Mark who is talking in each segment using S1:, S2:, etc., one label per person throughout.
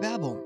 S1: Werbung.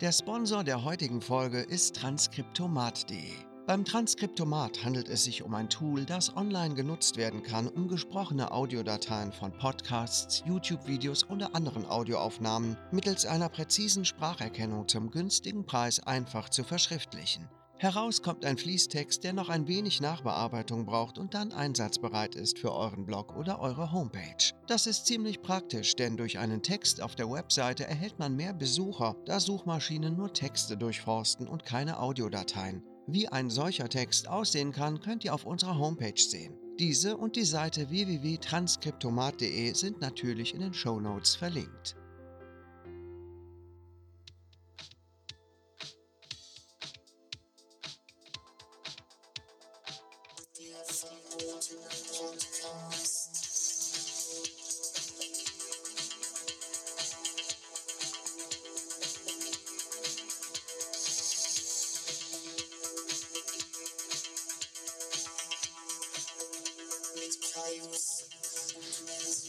S1: Der Sponsor der heutigen Folge ist transkriptomat.de. Beim Transkriptomat handelt es sich um ein Tool, das online genutzt werden kann, um gesprochene Audiodateien von Podcasts, YouTube-Videos oder anderen Audioaufnahmen mittels einer präzisen Spracherkennung zum günstigen Preis einfach zu verschriftlichen. Heraus kommt ein Fließtext, der noch ein wenig Nachbearbeitung braucht und dann einsatzbereit ist für euren Blog oder eure Homepage. Das ist ziemlich praktisch, denn durch einen Text auf der Webseite erhält man mehr Besucher, da Suchmaschinen nur Texte durchforsten und keine Audiodateien. Wie ein solcher Text aussehen kann, könnt ihr auf unserer Homepage sehen. Diese und die Seite www.transkriptomat.de sind natürlich in den Show Notes verlinkt.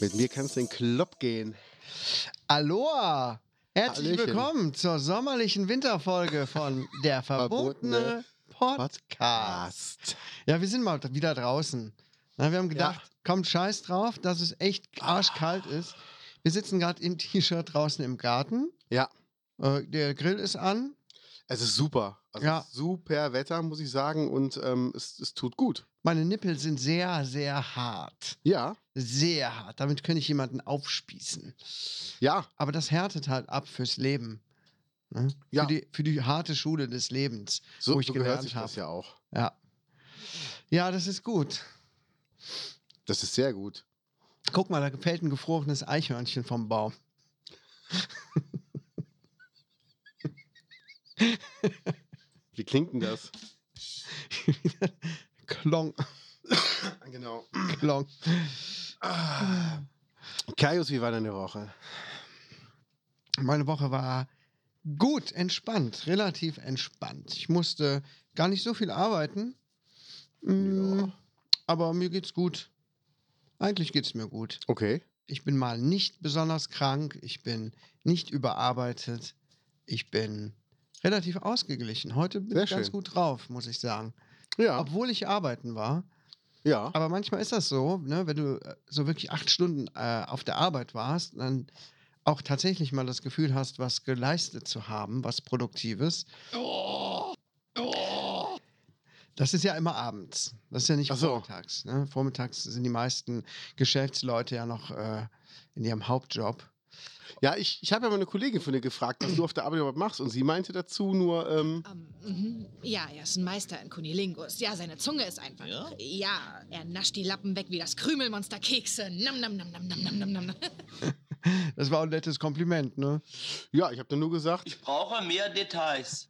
S2: Mit mir kannst du in den Club gehen.
S1: Aloha! Herzlich
S2: Hallöchen.
S1: willkommen zur sommerlichen Winterfolge von Der verbotene
S2: Verbotene
S1: Podcast. Ja, wir sind mal wieder draußen. Na, wir haben gedacht,
S2: Ja. Ah.
S1: kommt scheiß drauf, dass es echt arschkalt ist. Wir sitzen gerade im T-Shirt draußen im Garten.
S2: Ja,
S1: Äh, der Grill ist an.
S2: es ist super. Also
S1: Ja.
S2: super Wetter, muss ich sagen, und ähm, es, es tut gut.
S1: Meine Nippel sind sehr, sehr hart.
S2: Ja,
S1: Sehr hart. Damit könnte ich jemanden aufspießen.
S2: ja,
S1: Aber das härtet halt ab fürs Leben. Ne?
S2: Ja.
S1: Für, die, für die harte Schule des Lebens.
S2: so,
S1: Wo ich
S2: so gehört
S1: gelernt
S2: sich das
S1: hab.
S2: ja auch.
S1: Ja. Ja, das ist gut.
S2: Das ist sehr gut.
S1: Guck mal, da fällt ein gefrorenes Eichhörnchen vom Baum.
S2: Wie klingt denn das?
S1: Klong,
S2: Genau.
S1: klong.
S2: Kaius, wie war deine Woche?
S1: Meine Woche war gut entspannt, relativ entspannt. Ich musste gar nicht so viel arbeiten. Mm,
S2: Ja.
S1: Aber mir geht's gut. Eigentlich geht's mir gut.
S2: Okay.
S1: Ich bin mal nicht besonders krank, ich bin nicht überarbeitet, ich bin relativ ausgeglichen. Heute bin
S2: Sehr
S1: ich ganz
S2: schön.
S1: gut drauf, muss ich sagen.
S2: Ja,
S1: Obwohl ich arbeiten war.
S2: ja.
S1: Aber manchmal ist das so, ne, wenn du äh, so wirklich acht Stunden äh, auf der Arbeit warst, dann auch tatsächlich mal das Gefühl hast, was geleistet zu haben, was Produktives. Das ist ja immer abends. Das ist ja nicht
S2: Ach so.
S1: vormittags. Ne? Vormittags sind die meisten Geschäftsleute ja noch äh, in ihrem Hauptjob.
S2: Ja, ich, ich habe ja meine Kollegin von dir gefragt, was du auf der Arbeit überhaupt machst, und sie meinte dazu nur, ähm,
S3: Ähm, mhm. ja, er ist ein Meister in Kunilingus. Ja, seine Zunge ist einfach. Ja? er nascht die Lappen weg wie das Krümelmonster Kekse. Nam, nam, nam, nam, nam, nam, nam, nam.
S1: Das war ein nettes Kompliment, ne?
S2: ja, ich habe dann nur gesagt,
S4: Ich brauche mehr Details.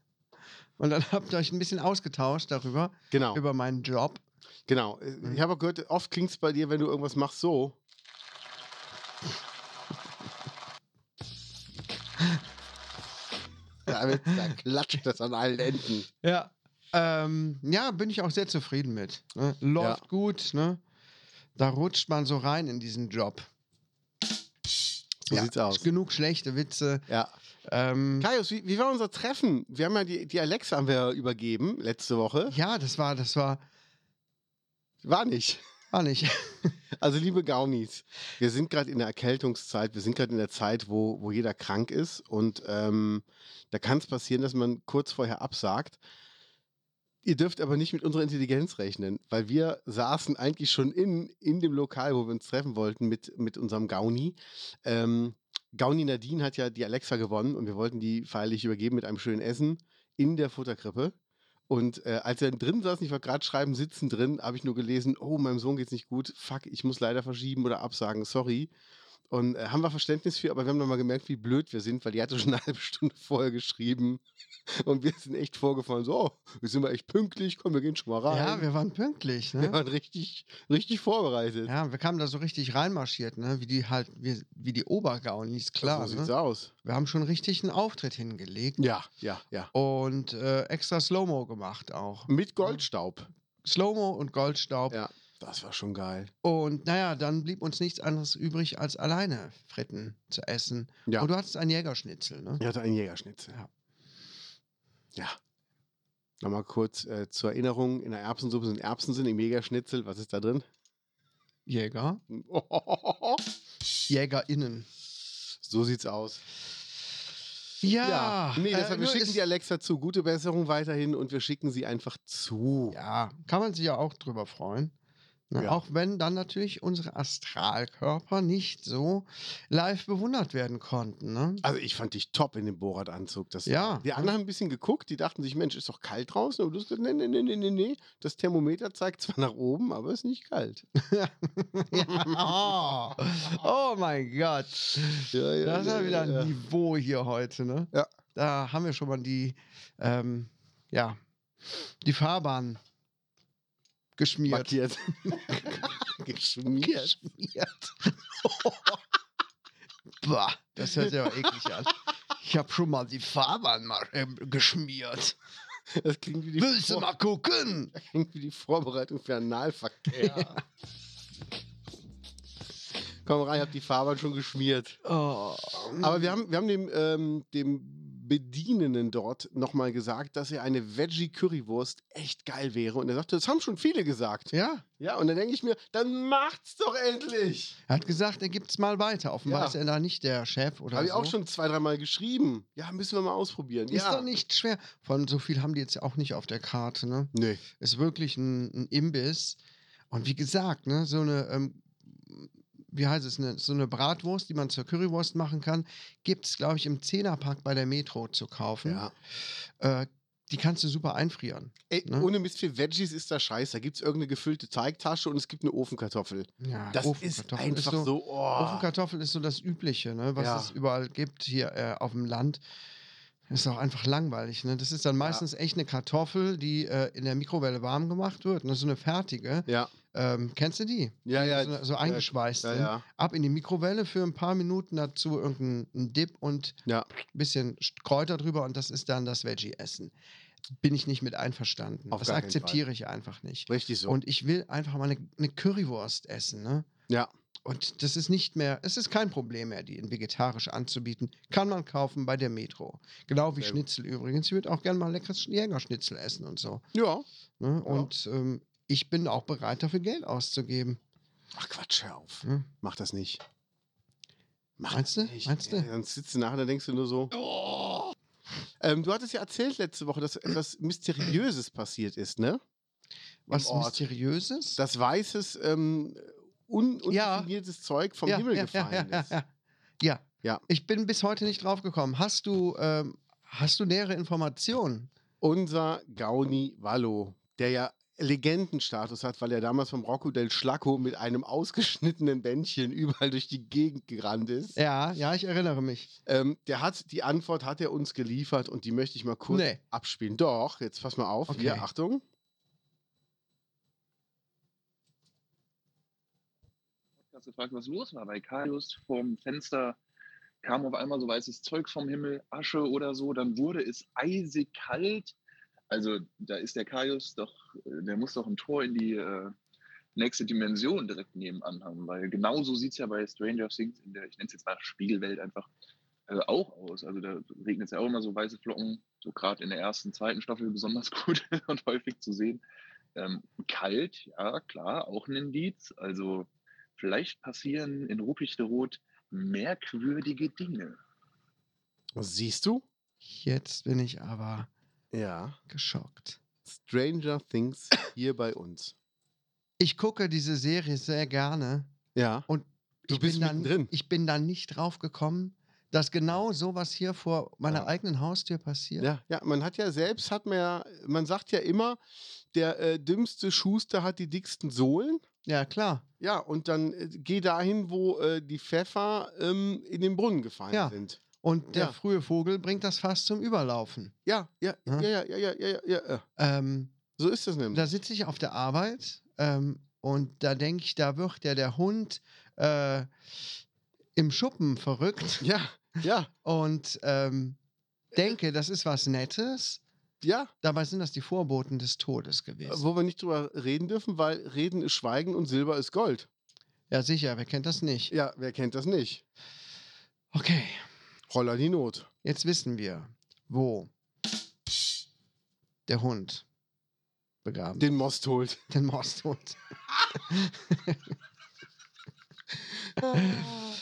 S1: Und dann habt ihr euch ein bisschen ausgetauscht darüber,
S2: genau,
S1: über meinen Job.
S2: genau. Ich habe auch gehört, oft klingt es bei dir, wenn du irgendwas machst, so. Da, wird- da klatscht das an allen Enden.
S1: Ja. Ähm, ja, bin ich auch sehr zufrieden mit. Ne? Läuft
S2: Ja.
S1: gut, ne? Da rutscht man so rein in diesen Job.
S2: So sieht's aus.
S1: Genug schlechte Witze.
S2: Ja.
S1: Ähm,
S2: Kaius, wie, wie war unser Treffen? Wir haben ja die, die Alexa haben wir übergeben letzte Woche.
S1: ja, das war, das war,
S2: War nicht.
S1: war nicht.
S2: Also liebe Gaunis, wir sind gerade in der Erkältungszeit, wir sind gerade in der Zeit, wo, wo jeder krank ist und ähm, da kann es passieren, dass man kurz vorher absagt. Ihr dürft aber nicht mit unserer Intelligenz rechnen, weil wir saßen eigentlich schon in, in dem Lokal, wo wir uns treffen wollten mit, mit unserem Gauni. Ähm, Gauni Nadine hat ja die Alexa gewonnen und wir wollten die feierlich übergeben mit einem schönen Essen in der Futterkrippe. Und äh, als wir dann drin saßen, ich war gerade schreiben, sitzen drin, habe ich nur gelesen, oh, meinem Sohn geht's nicht gut, fuck, ich muss leider verschieben oder absagen, sorry. Und äh, haben wir Verständnis für, aber wir haben dann mal gemerkt, wie blöd wir sind, weil die hatte schon eine halbe Stunde vorher geschrieben. Und wir sind echt vorgefallen, so, oh, wir sind mal echt pünktlich, komm, wir gehen schon mal rein.
S1: Ja, wir waren pünktlich,
S2: Wir
S1: ne?
S2: waren richtig, richtig vorbereitet.
S1: Ja, wir kamen da so richtig reinmarschiert, ne? Wie die halt, wie, wie die Obergaunis, klar.
S2: so sieht's
S1: Ne?
S2: aus.
S1: Wir haben schon richtig einen Auftritt hingelegt
S2: Ja, ja, ja.
S1: und äh, extra Slow-Mo gemacht auch.
S2: Mit Goldstaub.
S1: Slow-Mo und Goldstaub.
S2: Ja. Das war schon geil.
S1: Und naja, dann blieb uns nichts anderes übrig, als alleine Fritten zu essen.
S2: Ja.
S1: Und du hattest einen Jägerschnitzel, ne?
S2: Er hatte einen Jägerschnitzel.
S1: Ja.
S2: Ja. Nochmal kurz äh, zur Erinnerung: In der Erbsensuppe sind Erbsen sind im Jägerschnitzel. Was ist da drin?
S1: Jäger? JägerInnen.
S2: So sieht's aus.
S1: Ja.
S2: Nee,
S1: äh,
S2: deshalb, wir
S1: nur
S2: schicken
S1: ist-
S2: die Alexa zu. Gute Besserung weiterhin und wir schicken sie einfach zu.
S1: Ja, kann man sich ja auch drüber freuen. Ne?
S2: Ja.
S1: Auch wenn dann natürlich unsere Astralkörper nicht so live bewundert werden konnten. Ne?
S2: Also ich fand dich top in dem Borat-Anzug. Das-
S1: Ja.
S2: Die anderen haben ein bisschen geguckt, die dachten sich, Mensch, ist doch kalt draußen. Und du hast gesagt, nee, nee, nee, nee, nee, nee. Das Thermometer zeigt zwar nach oben, aber ist nicht kalt.
S1: ja. oh. oh mein Gott.
S2: Ja, ja,
S1: Das ist ja
S2: ja,
S1: wieder
S2: ja.
S1: ein Niveau hier heute, ne?
S2: Ja.
S1: Da haben wir schon mal die, ähm, ja, die Fahrbahn geschmiert.
S2: Markiert. Geschmiert.
S1: Geschmiert. bah, das hört sich aber eklig an. Ich habe schon mal die Fahrbahn mal, ähm, geschmiert.
S2: Das klingt wie die,
S1: Willst du
S2: Vor-
S1: mal gucken?
S2: klingt wie die Vorbereitung für Analverkehr. Komm rein, hab die Fahrbahn schon geschmiert.
S1: Oh.
S2: Aber wir haben, wir haben dem, ähm, dem Bedienenden dort nochmal gesagt, dass er eine Veggie-Currywurst echt geil wäre. Und er sagte, das haben schon viele gesagt.
S1: Ja,
S2: Ja, und dann denke ich mir, dann macht's doch endlich.
S1: er hat gesagt, er gibt's mal weiter. Offenbar
S2: Ja.
S1: ist er da nicht der Chef oder
S2: Habe ich
S1: so.
S2: auch schon zwei, dreimal geschrieben. Ja, müssen wir mal ausprobieren.
S1: Ist
S2: ja.
S1: doch nicht schwer. Vor allem so viel haben die jetzt ja auch nicht auf der Karte, ne?
S2: Nee.
S1: ist wirklich ein, ein Imbiss. Und wie gesagt, ne, so eine, ähm, wie heißt es, ne, so eine Bratwurst, die man zur Currywurst machen kann, gibt es, glaube ich, im Zehnerpack bei der Metro zu kaufen.
S2: Ja.
S1: Äh, die kannst du super einfrieren.
S2: Ey,
S1: Ne?
S2: ohne Mist für Veggies ist da scheiße. Da gibt's irgendeine gefüllte Teigtasche und es gibt eine Ofenkartoffel.
S1: Ja,
S2: Das ist
S1: Ofenkartoffeln
S2: einfach so. oh.
S1: Ofenkartoffel ist so das Übliche, ne, was
S2: Ja.
S1: es überall gibt hier äh, auf dem Land. Ist auch einfach langweilig. Ne? Das ist dann meistens echt eine Kartoffel, die äh, in der Mikrowelle warm gemacht wird. Ne? So eine fertige.
S2: Ja,
S1: Ähm, kennst du die?
S2: ja, ja.
S1: so, so eingeschweißt.
S2: ja,
S1: sind.
S2: ja.
S1: ab in die Mikrowelle für ein paar Minuten, dazu irgendeinen Dip und
S2: Ja.
S1: ein bisschen Kräuter drüber und das ist dann das Veggie-Essen. Bin ich nicht mit einverstanden.
S2: Auf
S1: das
S2: gar keinen
S1: akzeptiere ich einfach nicht.
S2: Richtig so.
S1: Und ich will einfach mal eine, eine Currywurst essen, ne?
S2: Ja.
S1: Und das ist nicht mehr, es ist kein Problem mehr, die in vegetarisch anzubieten. Kann man kaufen bei der Metro. Genau wie
S2: Sehr gut.
S1: Schnitzel übrigens. Ich würde auch gerne mal leckeres Jägerschnitzel essen und so.
S2: ja.
S1: Ne? Und ähm, ich bin auch bereit, dafür Geld auszugeben.
S2: Ach Quatsch, hör auf.
S1: Ne?
S2: Mach das nicht. Mach
S1: Meinst
S2: das
S1: du? Meinst du? Oh.
S2: Ja, sonst sitzt du nachher und dann denkst du nur so. Ähm, du hattest ja erzählt letzte Woche, dass etwas Mysteriöses passiert ist, ne?
S1: Was
S2: Ort.
S1: Mysteriöses?
S2: Dass weißes, ähm, un
S1: Ja.
S2: undefiniertes Zeug vom Himmel gefallen
S1: ja,
S2: ist.
S1: Ja, ja.
S2: Ja.
S1: Ich bin bis heute nicht drauf gekommen. Hast du, ähm, hast du nähere Informationen?
S2: Unser Gauni Wallo, der ja Legendenstatus hat, weil er damals vom Rocco del Schlacco mit einem ausgeschnittenen Bändchen überall durch die Gegend gerannt ist.
S1: Ja, ja, ich erinnere mich.
S2: Ähm, der hat die Antwort hat er uns geliefert und die möchte ich mal kurz
S1: Nee.
S2: abspielen. Doch, jetzt pass mal auf.
S1: Okay.
S2: Hier, Achtung.
S5: Hast gefragt, was los war, weil Kaius vom Fenster kam auf einmal so weißes Zeug vom Himmel, Asche oder so, dann wurde es eisig kalt. Also da ist der Kaius doch, äh, der muss doch ein Tor in die äh, nächste Dimension direkt nebenan haben, weil genauso sieht es ja bei Stranger Things in der, ich nenne es jetzt mal Spiegelwelt einfach, äh, auch aus. Also da regnet es ja auch immer so weiße Flocken, so gerade in der ersten, zweiten Staffel besonders gut und häufig zu sehen. Ähm, kalt, ja klar, auch ein Indiz. Also Vielleicht passieren in Ruppichteroth merkwürdige Dinge.
S2: Siehst du?
S1: Jetzt bin ich aber
S2: Ja.
S1: geschockt.
S2: Stranger Things hier bei uns.
S1: Ich gucke diese Serie sehr gerne.
S2: Ja. Du
S1: ich
S2: bist
S1: bin dann,
S2: mittendrin.
S1: Ich bin dann nicht drauf gekommen, dass genau sowas hier vor meiner
S2: Ja.
S1: eigenen Haustür passiert.
S2: Ah. Ja, ja, man hat ja selbst, hat man ja, man sagt ja immer, der äh, dümmste Schuster hat die dicksten Sohlen.
S1: ja klar.
S2: Ja, und dann äh, geh dahin, wo äh, die Pfeffer ähm, in den Brunnen gefallen
S1: Ja.
S2: sind.
S1: Und der
S2: Ja.
S1: frühe Vogel bringt das Fass zum Überlaufen.
S2: Ja, ja,
S1: Ja.
S2: ja, ja, ja, ja, ja, ja, ja.
S1: Ähm,
S2: So ist das nämlich.
S1: da sitze ich auf der Arbeit ähm, und da denke ich, da wird ja der Hund äh, im Schuppen verrückt
S2: ja, ja,
S1: und ähm, denke, das ist was Nettes.
S2: Ja,
S1: Dabei sind das die Vorboten des Todes gewesen.
S2: wo wir nicht drüber reden dürfen, weil Reden ist Schweigen und Silber ist Gold.
S1: Ja, sicher, wer kennt das nicht?
S2: Ja, wer kennt das nicht?
S1: Okay,
S2: Holla die Not.
S1: jetzt wissen wir, wo der Hund begraben
S2: Den Most holt.
S1: den Morsthund.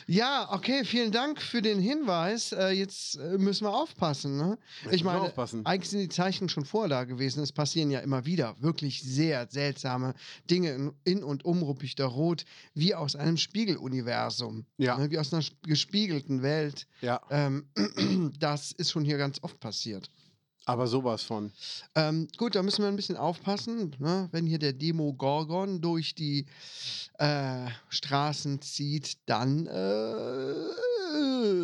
S1: ja, okay, vielen Dank für den Hinweis. Äh, jetzt äh, müssen wir aufpassen. Ne? Ich
S2: Müssen wir
S1: meine,
S2: aufpassen.
S1: Eigentlich sind die Zeichen schon vorher da gewesen. Es passieren ja immer wieder wirklich sehr seltsame Dinge in, in und um Ruppichter Rot, wie aus einem Spiegeluniversum,
S2: Ja,
S1: ne? wie aus einer sp- gespiegelten Welt.
S2: ja.
S1: Ähm, das ist schon hier ganz oft passiert.
S2: Aber sowas von.
S1: Ähm, gut, da müssen wir ein bisschen aufpassen, ne? wenn hier der Demogorgon durch die äh, Straßen zieht, dann, äh,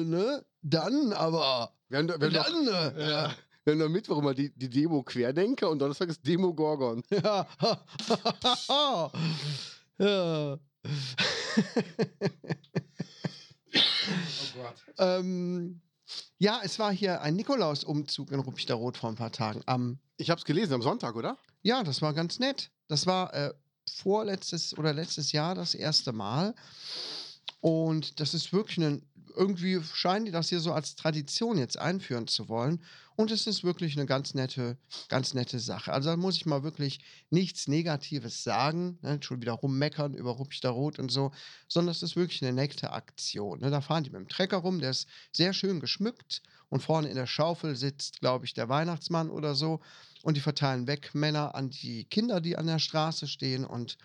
S1: ne? Dann aber.
S2: Wir haben, doch- wir haben, doch,
S1: Dann. äh,
S2: ja. wir haben doch Mittwoch immer die, die Demo Querdenker und Donnerstag ist Demo Gorgon.
S1: Ja.
S2: Oh
S1: ja. ähm, ja, es war hier ein Nikolausumzug in Ruppichterroth vor ein paar Tagen. Am,
S2: Ich hab's gelesen am Sonntag, oder?
S1: ja, das war ganz nett. Das war äh, vorletztes oder letztes Jahr das erste Mal. Und das ist wirklich ein. Irgendwie scheinen die das hier so als Tradition jetzt einführen zu wollen. Und es ist wirklich eine ganz nette, ganz nette Sache. Also da muss ich mal wirklich nichts Negatives sagen, ne? schon wieder rummeckern über Ruppichterrot und so, sondern es ist wirklich eine nette Aktion. Ne? Da fahren die mit dem Trecker rum, der ist sehr schön geschmückt und vorne in der Schaufel sitzt, glaube ich, der Weihnachtsmann oder so und die verteilen Wegmänner an die Kinder, die an der Straße stehen und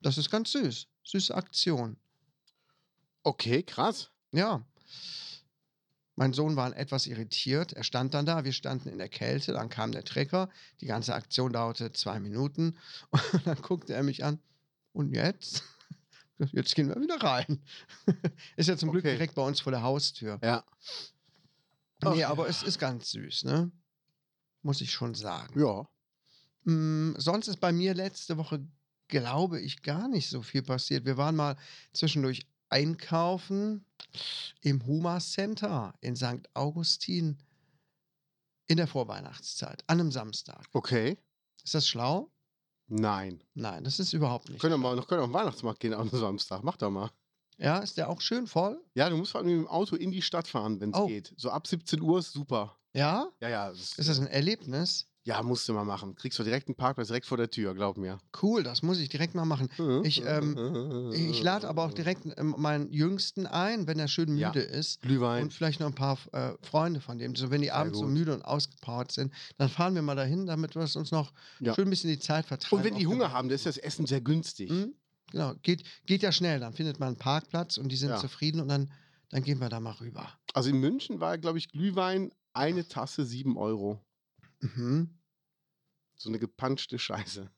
S1: das ist ganz süß, süße Aktion.
S2: Okay, krass.
S1: Ja. Mein Sohn war etwas irritiert. Er stand dann da, wir standen in der Kälte, dann kam der Trecker. Die ganze Aktion dauerte zwei Minuten. Und dann guckte er mich an. Und jetzt? Jetzt gehen wir wieder rein. Ist ja zum Glück
S2: Okay.
S1: direkt bei uns vor der Haustür.
S2: Ja.
S1: Nee,
S2: Ach,
S1: aber es ist ganz süß, ne? Muss ich schon sagen.
S2: Ja.
S1: Mm, sonst ist bei mir letzte Woche, glaube ich, gar nicht so viel passiert. Wir waren mal zwischendurch einkaufen im Huma Center in St. Augustin in der Vorweihnachtszeit, an einem Samstag.
S2: Okay.
S1: Ist das schlau?
S2: Nein.
S1: Nein, das ist überhaupt nicht.
S2: Können wir mal, noch können wir auf den Weihnachtsmarkt gehen am Samstag. Mach doch mal.
S1: Ja, ist der auch schön voll?
S2: Ja, du musst vor allem mit dem Auto in die Stadt fahren, wenn es
S1: Oh.
S2: geht. So ab 17 Uhr ist super.
S1: Ja?
S2: Ja, ja. Das,
S1: Ist das ein Erlebnis?
S2: ja, musst du mal machen. Kriegst du direkt einen Parkplatz direkt vor der Tür, glaub mir.
S1: Cool, das muss ich direkt mal machen. Ich,
S2: ähm,
S1: Ich lade aber auch direkt ähm, meinen Jüngsten ein, wenn er schön
S2: Ja.
S1: müde ist.
S2: Glühwein.
S1: Und vielleicht noch ein paar äh, Freunde von dem. So, wenn die abends so
S2: gut.
S1: müde und ausgepowert sind, dann fahren wir mal dahin, damit wir es uns noch
S2: Ja.
S1: schön ein bisschen die Zeit vertreiben.
S2: Und wenn die
S1: auf genau.
S2: Hunger
S1: dem-
S2: haben, dann ist das Essen sehr günstig.
S1: Hm? Genau, geht, geht ja schnell. Dann findet man einen Parkplatz und die sind
S2: Ja.
S1: zufrieden und dann, dann gehen wir da mal rüber.
S2: Also in München war, glaube ich, Glühwein eine Tasse 7 Euro.
S1: Mhm.
S2: So eine gepanschte Scheiße.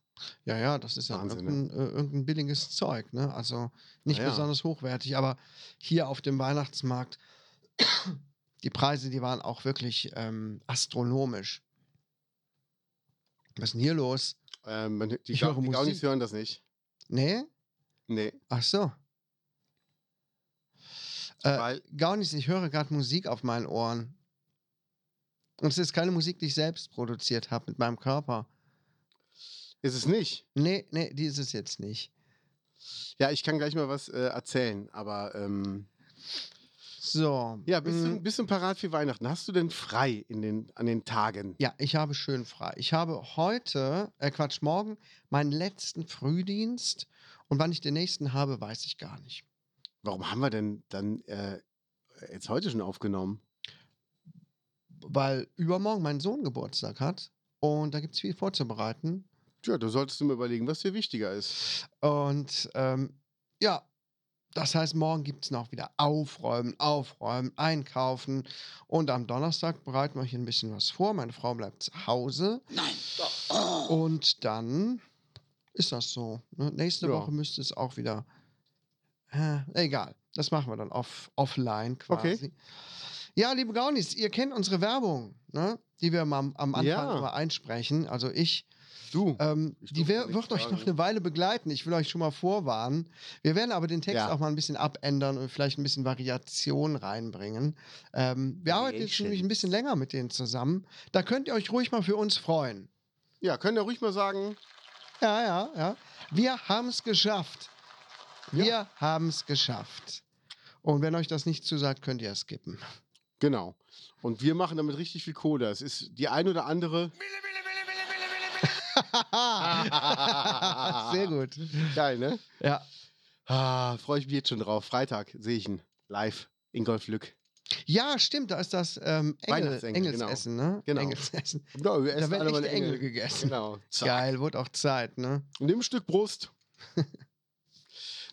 S1: Ja, ja, das ist ja
S2: Wahnsinn, ne?
S1: irgendein, äh, irgendein billiges Zeug. Ne? Also nicht
S2: Na ja.
S1: besonders hochwertig, aber hier auf dem Weihnachtsmarkt, die Preise, die waren auch wirklich ähm, astronomisch. Was ist denn hier los?
S2: Ähm, man- die
S1: Ich
S2: Ga-
S1: höre
S2: die Gaunis
S1: Musik.
S2: hören das nicht.
S1: Nee?
S2: Nee,
S1: Ach so. Äh,
S2: weil
S1: Gaunis, ich höre gerade Musik auf meinen Ohren. Und es ist keine Musik, die ich selbst produziert habe mit meinem Körper.
S2: ist es nicht.
S1: Nee, nee, die ist es jetzt nicht.
S2: Ja, ich kann gleich mal was äh, erzählen, aber ähm,
S1: So.
S2: ja, bist du
S1: mm,
S2: ein bisschen parat für Weihnachten? Hast du denn frei in den, an den Tagen?
S1: Ja, ich habe schön frei. Ich habe heute, äh Quatsch, morgen meinen letzten Frühdienst. Und wann ich den nächsten habe, weiß ich gar nicht.
S2: Warum haben wir denn dann äh, jetzt heute schon aufgenommen?
S1: Weil übermorgen mein Sohn Geburtstag hat. Und da gibt es viel vorzubereiten.
S2: Tja, da solltest du mir überlegen, was dir wichtiger ist.
S1: Und ähm, ja, das heißt, morgen gibt es noch wieder Aufräumen, Aufräumen, Einkaufen. Und am Donnerstag bereiten wir hier ein bisschen was vor. Meine Frau bleibt zu Hause.
S4: Nein. Oh.
S1: Und dann ist das so. Ne? Nächste
S2: Ja.
S1: Woche müsste es auch wieder. Äh, egal, das machen wir dann off, offline quasi.
S2: Okay.
S1: Ja, liebe Gaunis, ihr kennt unsere Werbung, ne? die wir am, am Anfang
S2: Ja.
S1: immer einsprechen. Also ich
S2: Du.
S1: Ähm,
S2: Ich
S1: die
S2: durfte
S1: wer-
S2: nicht
S1: wird euch
S2: fragen.
S1: noch eine Weile begleiten. Ich will euch schon mal vorwarnen. Wir werden aber den Text
S2: Ja.
S1: auch mal ein bisschen abändern und vielleicht ein bisschen Variation reinbringen. Ähm, wir arbeiten jetzt nämlich ein bisschen länger mit denen zusammen. Da könnt ihr euch ruhig mal für uns freuen.
S2: Ja, könnt ihr ruhig mal sagen.
S1: Ja, ja, ja. Wir haben es geschafft. Wir
S2: Ja.
S1: haben es geschafft. Und wenn euch das nicht zusagt, könnt ihr es skippen.
S2: Genau. Und wir machen damit richtig viel Kohle. Es ist die ein oder andere.
S1: Sehr gut.
S2: Geil, ne?
S1: Ja.
S2: Ah, Freue ich mich jetzt schon drauf. Freitag sehe ich ihn live. Ingolf Lück.
S1: Ja, stimmt, da ist das ähm, Engel,
S2: Weihnachtsengel, genau.
S1: Engelsessen, ne?
S2: Genau.
S1: Engelsessen.
S2: Ja, wir
S1: Da
S2: essen
S1: werden
S2: alle mal
S1: echte
S2: einen
S1: Engel,
S2: Engel.
S1: gegessen.
S2: Genau. Zack.
S1: Geil, wurde auch Zeit, ne?
S2: Nimm ein Stück Brust.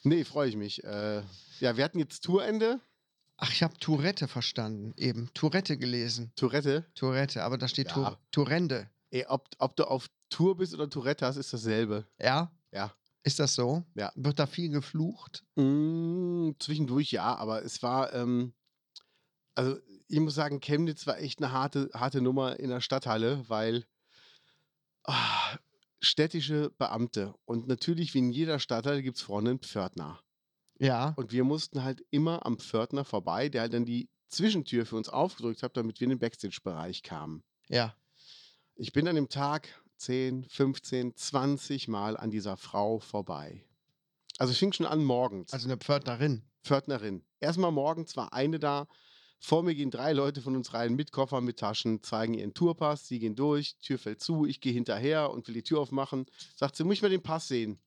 S2: nee, freue ich mich. Äh, ja, wir hatten jetzt Tourende.
S1: Ach, ich habe Tourette verstanden, eben. Tourette gelesen.
S2: Tourette.
S1: Tourette, aber da steht
S2: Ja.
S1: Tour Tourende.
S2: Ey, ob, ob du auf Tour bist oder Tourette hast, ist dasselbe.
S1: Ja?
S2: Ja.
S1: Ist das so?
S2: Ja.
S1: Wird da viel geflucht?
S2: Mm, zwischendurch ja, aber es war, ähm, also ich muss sagen, Chemnitz war echt eine harte, harte Nummer in der Stadthalle, weil ah, städtische Beamte und natürlich wie in jeder Stadthalle gibt es vorne einen Pförtner.
S1: Ja.
S2: Und wir mussten halt immer am Pförtner vorbei, der halt dann die Zwischentür für uns aufgedrückt hat, damit wir in den Backstage-Bereich kamen.
S1: Ja.
S2: Ich bin an dem Tag 10, 15, 20 Mal an dieser Frau vorbei. Also es fing schon an morgens.
S1: Also eine Pförtnerin.
S2: Pförtnerin. Erstmal morgens war eine da. Vor mir gehen drei Leute von uns rein mit Koffer, mit Taschen, zeigen ihren Tourpass. Sie gehen durch, Tür fällt zu. Ich gehe hinterher und will die Tür aufmachen. Sagt sie, muss ich mal den Pass sehen?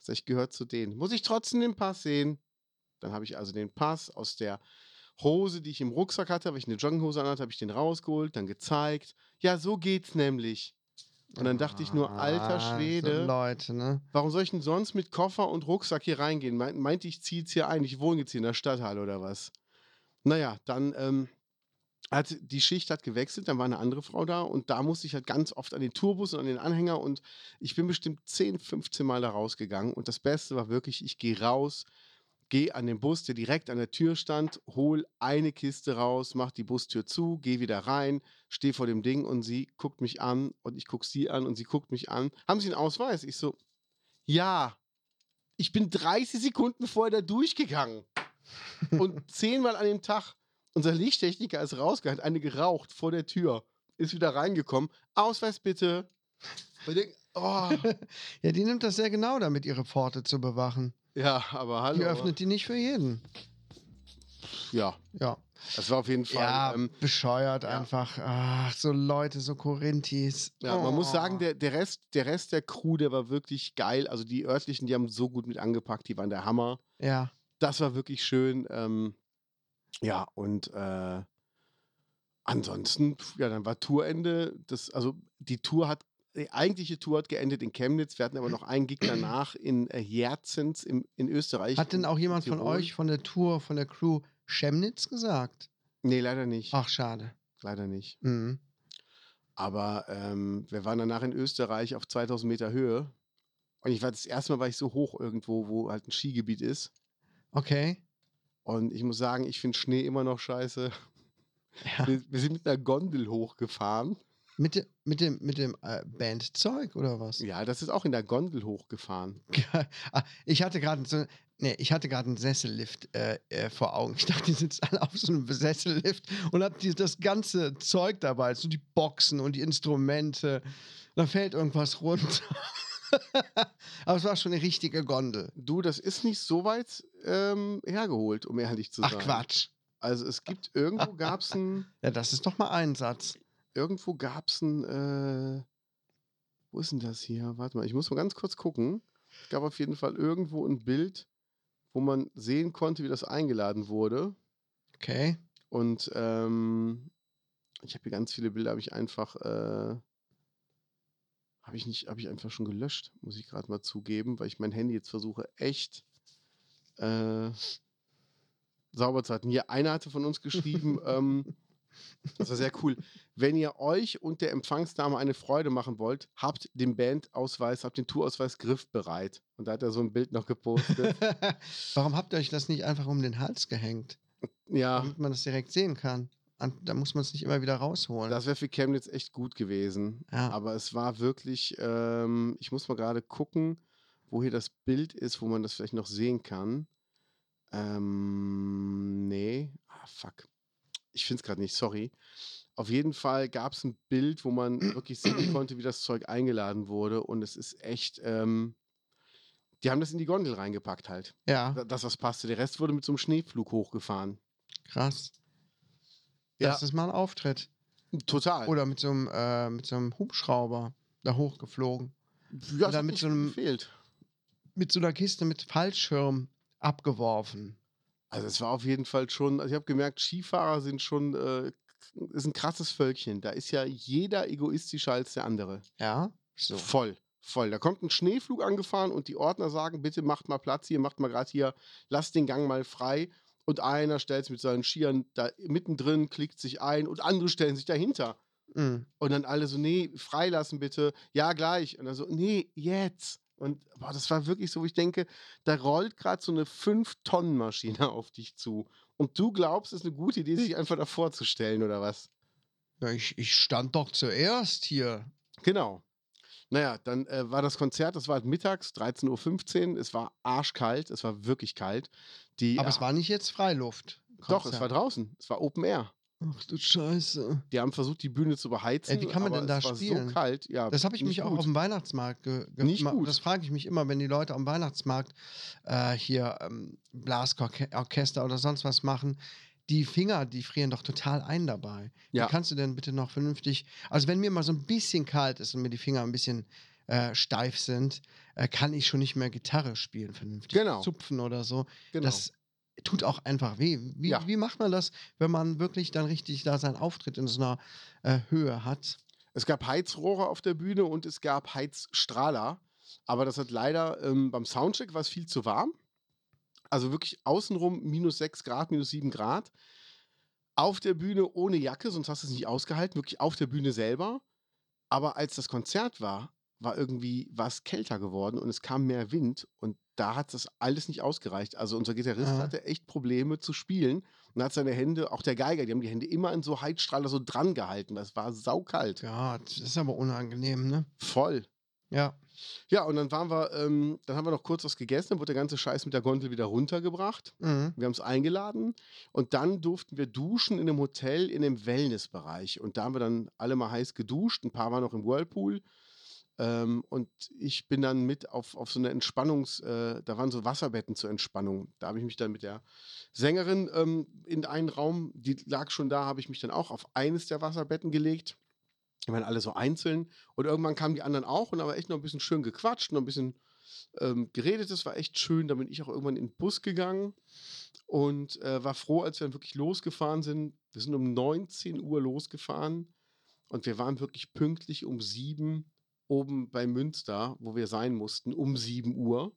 S2: Sag ich, gehört zu denen. Muss ich trotzdem den Pass sehen? Dann habe ich also den Pass aus der Hose, die ich im Rucksack hatte, weil ich eine Jogginghose anhatte, habe ich den rausgeholt, dann gezeigt. Ja, so geht's nämlich. Und dann dachte ich nur, alter
S1: Ah,
S2: Schwede.
S1: So Leute, ne?
S2: Warum soll ich denn sonst mit Koffer und Rucksack hier reingehen? Meint, meint ich ziehe jetzt hier ein, ich wohne jetzt hier in der Stadthalle oder was? Naja, dann ähm, hat die Schicht hat gewechselt, dann war eine andere Frau da und da musste ich halt ganz oft an den Tourbus und an den Anhänger und ich bin bestimmt 10, 15 Mal da rausgegangen und das Beste war wirklich, ich gehe raus, gehe an den Bus, der direkt an der Tür stand, hol eine Kiste raus, mach die Bustür zu, gehe wieder rein, stehe vor dem Ding und sie guckt mich an und ich guck sie an und sie guckt mich an. Haben Sie einen Ausweis? Ich so, ja, ich bin 30 Sekunden vorher da durchgegangen. Und zehnmal an dem Tag. Unser Lichttechniker ist rausgegangen, hat eine geraucht vor der Tür, ist wieder reingekommen. Ausweis bitte. Und ich denk, oh,
S1: Ja, die nimmt das sehr genau damit, ihre Pforte zu bewachen.
S2: ja, aber hallo.
S1: Die öffnet die nicht für jeden.
S2: Ja,
S1: Ja.
S2: das war auf jeden Fall.
S1: Ja,
S2: ähm,
S1: bescheuert
S2: ja.
S1: einfach. Ach, so Leute, so Korinthis.
S2: Ja, man muss sagen,
S1: Oh.
S2: der, der, Rest, der Rest der Crew, der war wirklich geil. Also die örtlichen, die haben so gut mit angepackt, die waren der Hammer.
S1: Oh. Ja.
S2: das war wirklich schön. Ähm, ja, und äh, ansonsten, pf, ja, dann war Tourende. Das, also die Tour hat, die eigentliche Tour hat geendet in Chemnitz. Wir hatten aber noch einen Gig danach in äh, Jerzenz im, in Österreich.
S1: Hat denn
S2: in
S1: auch jemand von
S2: Tirol.
S1: euch, von der Tour, von der Crew Chemnitz gesagt?
S2: Nee, leider nicht.
S1: Ach, schade.
S2: Leider nicht.
S1: Mhm.
S2: Aber ähm, wir waren danach in Österreich auf 2000 Meter Höhe. Und ich war das erste Mal, war ich so hoch irgendwo, wo halt ein Skigebiet ist.
S1: Okay.
S2: Und ich muss sagen, ich finde Schnee immer noch scheiße.
S1: Ja.
S2: Wir, wir sind mit einer Gondel hochgefahren.
S1: Mit, de, mit dem, mit dem äh, Bandzeug oder was?
S2: Ja, das ist auch in der Gondel hochgefahren.
S1: Ah, ich hatte gerade so. Nee, ich hatte gerade einen Sessellift äh, äh, vor Augen. Ich dachte, die sitzen alle auf so einem Sessellift und habt die, das ganze Zeug dabei, so die Boxen und die Instrumente. Und da fällt irgendwas runter. Aber es war schon eine richtige Gondel.
S2: Du, das ist nicht so weit ähm, hergeholt, um ehrlich zu
S1: Ach
S2: sein.
S1: Quatsch.
S2: Also es gibt irgendwo gab's ein,
S1: Ja, das ist doch mal ein Satz.
S2: irgendwo gab's ein, äh, wo ist denn das hier? Warte mal, ich muss mal ganz kurz gucken. Es gab auf jeden Fall irgendwo ein Bild, wo man sehen konnte, wie das eingeladen wurde.
S1: Okay.
S2: Und ähm, ich habe hier ganz viele Bilder, habe ich einfach, äh, habe ich nicht, habe ich einfach schon gelöscht, muss ich gerade mal zugeben, weil ich mein Handy jetzt versuche, echt äh, sauber zu halten. Hier, einer hatte von uns geschrieben, ähm, das war sehr cool. Wenn ihr euch und der Empfangsdame eine Freude machen wollt, habt den Bandausweis, habt den Tourausweis griffbereit. Und da hat er so ein Bild noch gepostet.
S1: Warum habt ihr euch das nicht einfach um den Hals gehängt,
S2: ja.
S1: damit man das direkt sehen kann? an, da muss man es nicht immer wieder rausholen.
S2: Das wäre für Chemnitz echt gut gewesen.
S1: Ja.
S2: Aber es war wirklich, ähm, ich muss mal gerade gucken, wo hier das Bild ist, wo man das vielleicht noch sehen kann. Ähm, nee. Ah, fuck. Ich finde es gerade nicht, sorry. Auf jeden Fall gab es ein Bild, wo man wirklich sehen konnte, wie das Zeug eingeladen wurde. Und es ist echt, ähm, die haben das in die Gondel reingepackt halt.
S1: ja,
S2: Da- Das, was passte. Der Rest wurde mit so einem Schneepflug hochgefahren.
S1: krass.
S2: Ja.
S1: Das ist mal ein Auftritt.
S2: Total.
S1: Oder mit so einem, äh, mit so einem Hubschrauber da hochgeflogen.
S2: ja, es
S1: oder
S2: hat
S1: mit
S2: uns
S1: so einem-
S2: gefehlt.
S1: Mit so einer Kiste mit Fallschirm abgeworfen.
S2: Also es war auf jeden Fall schon, also ich habe gemerkt, Skifahrer sind schon, äh, ist ein krasses Völkchen. Da ist ja jeder egoistischer als der andere.
S1: Ja, so.
S2: Voll, voll. Da kommt ein Schneeflug angefahren und die Ordner sagen, bitte macht mal Platz hier, macht mal gerade hier, lasst den Gang mal frei. Und einer stellt mit seinen Skiern da mittendrin, klickt sich ein und andere stellen sich dahinter.
S1: Mm.
S2: Und dann alle so, nee, freilassen bitte. Ja, gleich. Und dann so, nee, jetzt. Und boah, das war wirklich so, wo ich denke, da rollt gerade so eine 5-Tonnen-Maschine auf dich zu. Und du glaubst, es ist eine gute Idee, sich einfach davor zu stellen oder was?
S1: Ja, ich, ich stand doch zuerst hier.
S2: Genau. Naja, dann äh, war das Konzert, das war halt mittags, 13.15 Uhr. Es war arschkalt, es war wirklich kalt. Die, ah,
S1: Aber es war nicht jetzt Freiluft.
S2: Doch, es war draußen. Es war Open Air.
S1: Ach du Scheiße.
S2: Die haben versucht, die Bühne zu beheizen.
S1: Ey, Äh, wie kann man
S2: aber
S1: denn da
S2: es war
S1: spielen?
S2: so kalt. Ja,
S1: Das habe ich mich
S2: nicht
S1: auch
S2: gut.
S1: auf dem Weihnachtsmarkt ge ge-
S2: Nicht
S1: ma-
S2: gut.
S1: Das frage ich mich immer, wenn die Leute am Weihnachtsmarkt äh, hier ähm, Blasorchester oder sonst was machen. Die Finger, die frieren doch total ein dabei.
S2: Ja.
S1: Wie kannst du denn bitte noch vernünftig. Also, wenn mir mal so ein bisschen kalt ist und mir die Finger ein bisschen äh, steif sind, äh, kann ich schon nicht mehr Gitarre spielen, vernünftig
S2: Genau.
S1: zupfen oder so.
S2: Genau.
S1: Das tut auch einfach weh. Wie,
S2: Ja.
S1: wie macht man das, wenn man wirklich dann richtig da seinen Auftritt in so einer äh, Höhe hat?
S2: Es gab Heizrohre auf der Bühne und es gab Heizstrahler. Aber das hat leider ähm, beim Soundcheck war es viel zu warm. Also wirklich außenrum minus 6 Grad, minus 7 Grad. Auf der Bühne ohne Jacke, sonst hast du es nicht ausgehalten, wirklich auf der Bühne selber. Aber als das Konzert war, war irgendwie was kälter geworden und es kam mehr Wind und da hat das alles nicht ausgereicht. Also unser Gitarrist
S1: Ah.
S2: hatte echt Probleme zu spielen und hat seine Hände, auch der Geiger, die haben die Hände immer an so Heizstrahler so dran gehalten. Das war saukalt.
S1: Gott, das ist aber unangenehm, ne?
S2: Voll.
S1: Ja.
S2: Ja, und dann waren wir, ähm, dann haben wir noch kurz was gegessen, dann wurde der ganze Scheiß mit der Gondel wieder runtergebracht.
S1: Mhm.
S2: Wir haben es eingeladen und dann durften wir duschen in einem Hotel in dem Wellnessbereich. Und da haben wir dann alle mal heiß geduscht, ein paar waren noch im Whirlpool. Ähm, und ich bin dann mit auf, auf so eine Entspannungs-, äh, da waren so Wasserbetten zur Entspannung. Da habe ich mich dann mit der Sängerin ähm, in einen Raum, die lag schon da, habe ich mich dann auch auf eines der Wasserbetten gelegt. Die waren alle so einzeln. Und irgendwann kamen die anderen auch und haben echt noch ein bisschen schön gequatscht, noch ein bisschen ähm, geredet. Das war echt schön. Da bin ich auch irgendwann in den Bus gegangen und äh, war froh, als wir dann wirklich losgefahren sind. Wir sind um 19 Uhr losgefahren und wir waren wirklich pünktlich um 7 oben bei Münster, wo wir sein mussten, um 7 Uhr.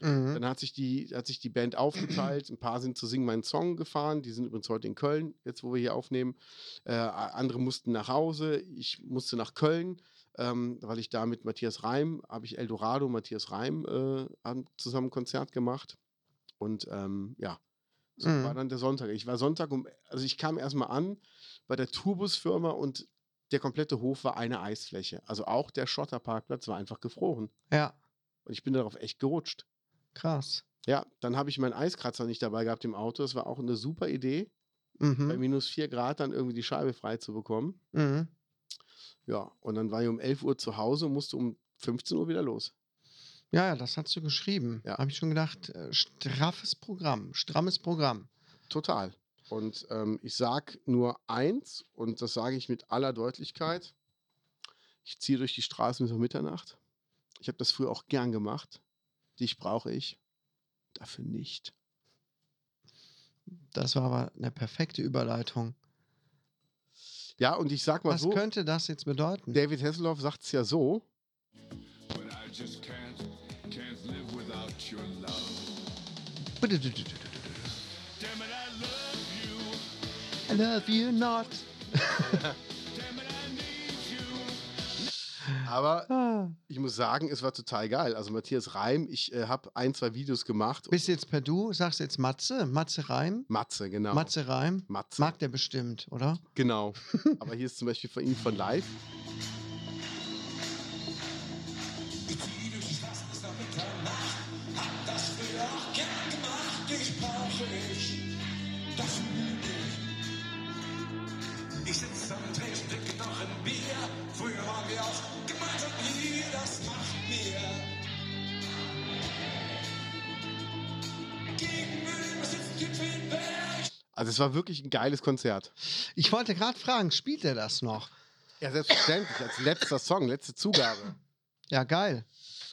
S1: Mhm.
S2: Dann hat sich die, hat sich die Band aufgeteilt. Ein paar sind zu Sing meinen Song gefahren. Die sind übrigens heute in Köln, jetzt wo wir hier aufnehmen. Äh, a- andere mussten nach Hause. Ich musste nach Köln, ähm, weil ich da mit Matthias Reim, habe ich Eldorado, Matthias Reim äh, haben zusammen ein Konzert gemacht. Und ähm, ja, so
S1: Mhm.
S2: war dann der Sonntag. Ich war Sonntag um, also ich kam erstmal an bei der Tourbusfirma und der komplette Hof war eine Eisfläche. Also auch der Schotterparkplatz war einfach gefroren.
S1: Ja,
S2: Und ich bin darauf echt gerutscht.
S1: krass.
S2: Ja, dann habe ich meinen Eiskratzer nicht dabei gehabt im Auto. Das war auch eine super Idee, bei
S1: Mhm.
S2: minus 4 Grad dann irgendwie die Scheibe frei zu bekommen.
S1: Mhm.
S2: Ja, und dann war ich um 11 Uhr zu Hause und musste um 15 Uhr wieder los.
S1: Ja, ja, das hast du geschrieben.
S2: Ja.
S1: Habe ich schon gedacht, äh, straffes Programm, strammes Programm.
S2: Total. Und ähm, ich sage nur eins, und das sage ich mit aller Deutlichkeit. Ich ziehe durch die Straßen bis um Mitternacht. Ich habe das früher auch gern gemacht. Dich brauche ich. Dafür nicht.
S1: Das war aber eine perfekte Überleitung.
S2: Ja, und ich sag mal
S1: Was
S2: so,
S1: könnte das jetzt bedeuten?
S2: David Hasselhoff sagt es ja so,
S6: But I just can't, can't live without your love. Damn it, I love you.
S1: I love you not.
S2: Aber ich muss sagen, es war total geil. Also Matthias Reim, ich äh, habe ein, zwei Videos gemacht.
S1: Bist jetzt per Du, sagst jetzt Matze, Matze Reim.
S2: Matze, genau.
S1: Matze Reim.
S2: Matze.
S1: Mag der bestimmt, oder?
S2: Genau. Aber hier ist zum Beispiel von ihm von live. Also es war wirklich ein geiles Konzert.
S1: Ich wollte gerade fragen, spielt er das noch?
S2: Ja, selbstverständlich. Als letzter Song, letzte Zugabe.
S1: Ja, geil.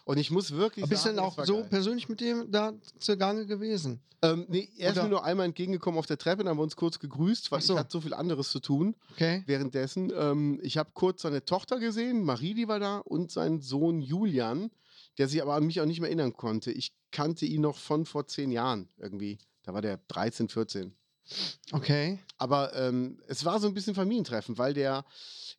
S2: Und ich muss wirklich
S1: Bist du
S2: sagen,
S1: denn
S2: es
S1: auch
S2: war
S1: so
S2: geil.
S1: persönlich mit dem da zugange gewesen?
S2: Ähm, nee, er ist
S1: Oder-
S2: mir nur einmal entgegengekommen auf der Treppe, dann haben wir uns kurz gegrüßt, weil
S1: Ach so.
S2: ich hatte so viel anderes zu tun.
S1: Okay.
S2: Währenddessen, ähm, ich habe kurz seine Tochter gesehen, Marie, die war da, und seinen Sohn Julian, der sich aber an mich auch nicht mehr erinnern konnte. Ich kannte ihn noch von vor zehn Jahren irgendwie. Da war der 13, 14.
S1: Okay.
S2: Aber ähm, es war so ein bisschen Familientreffen, weil der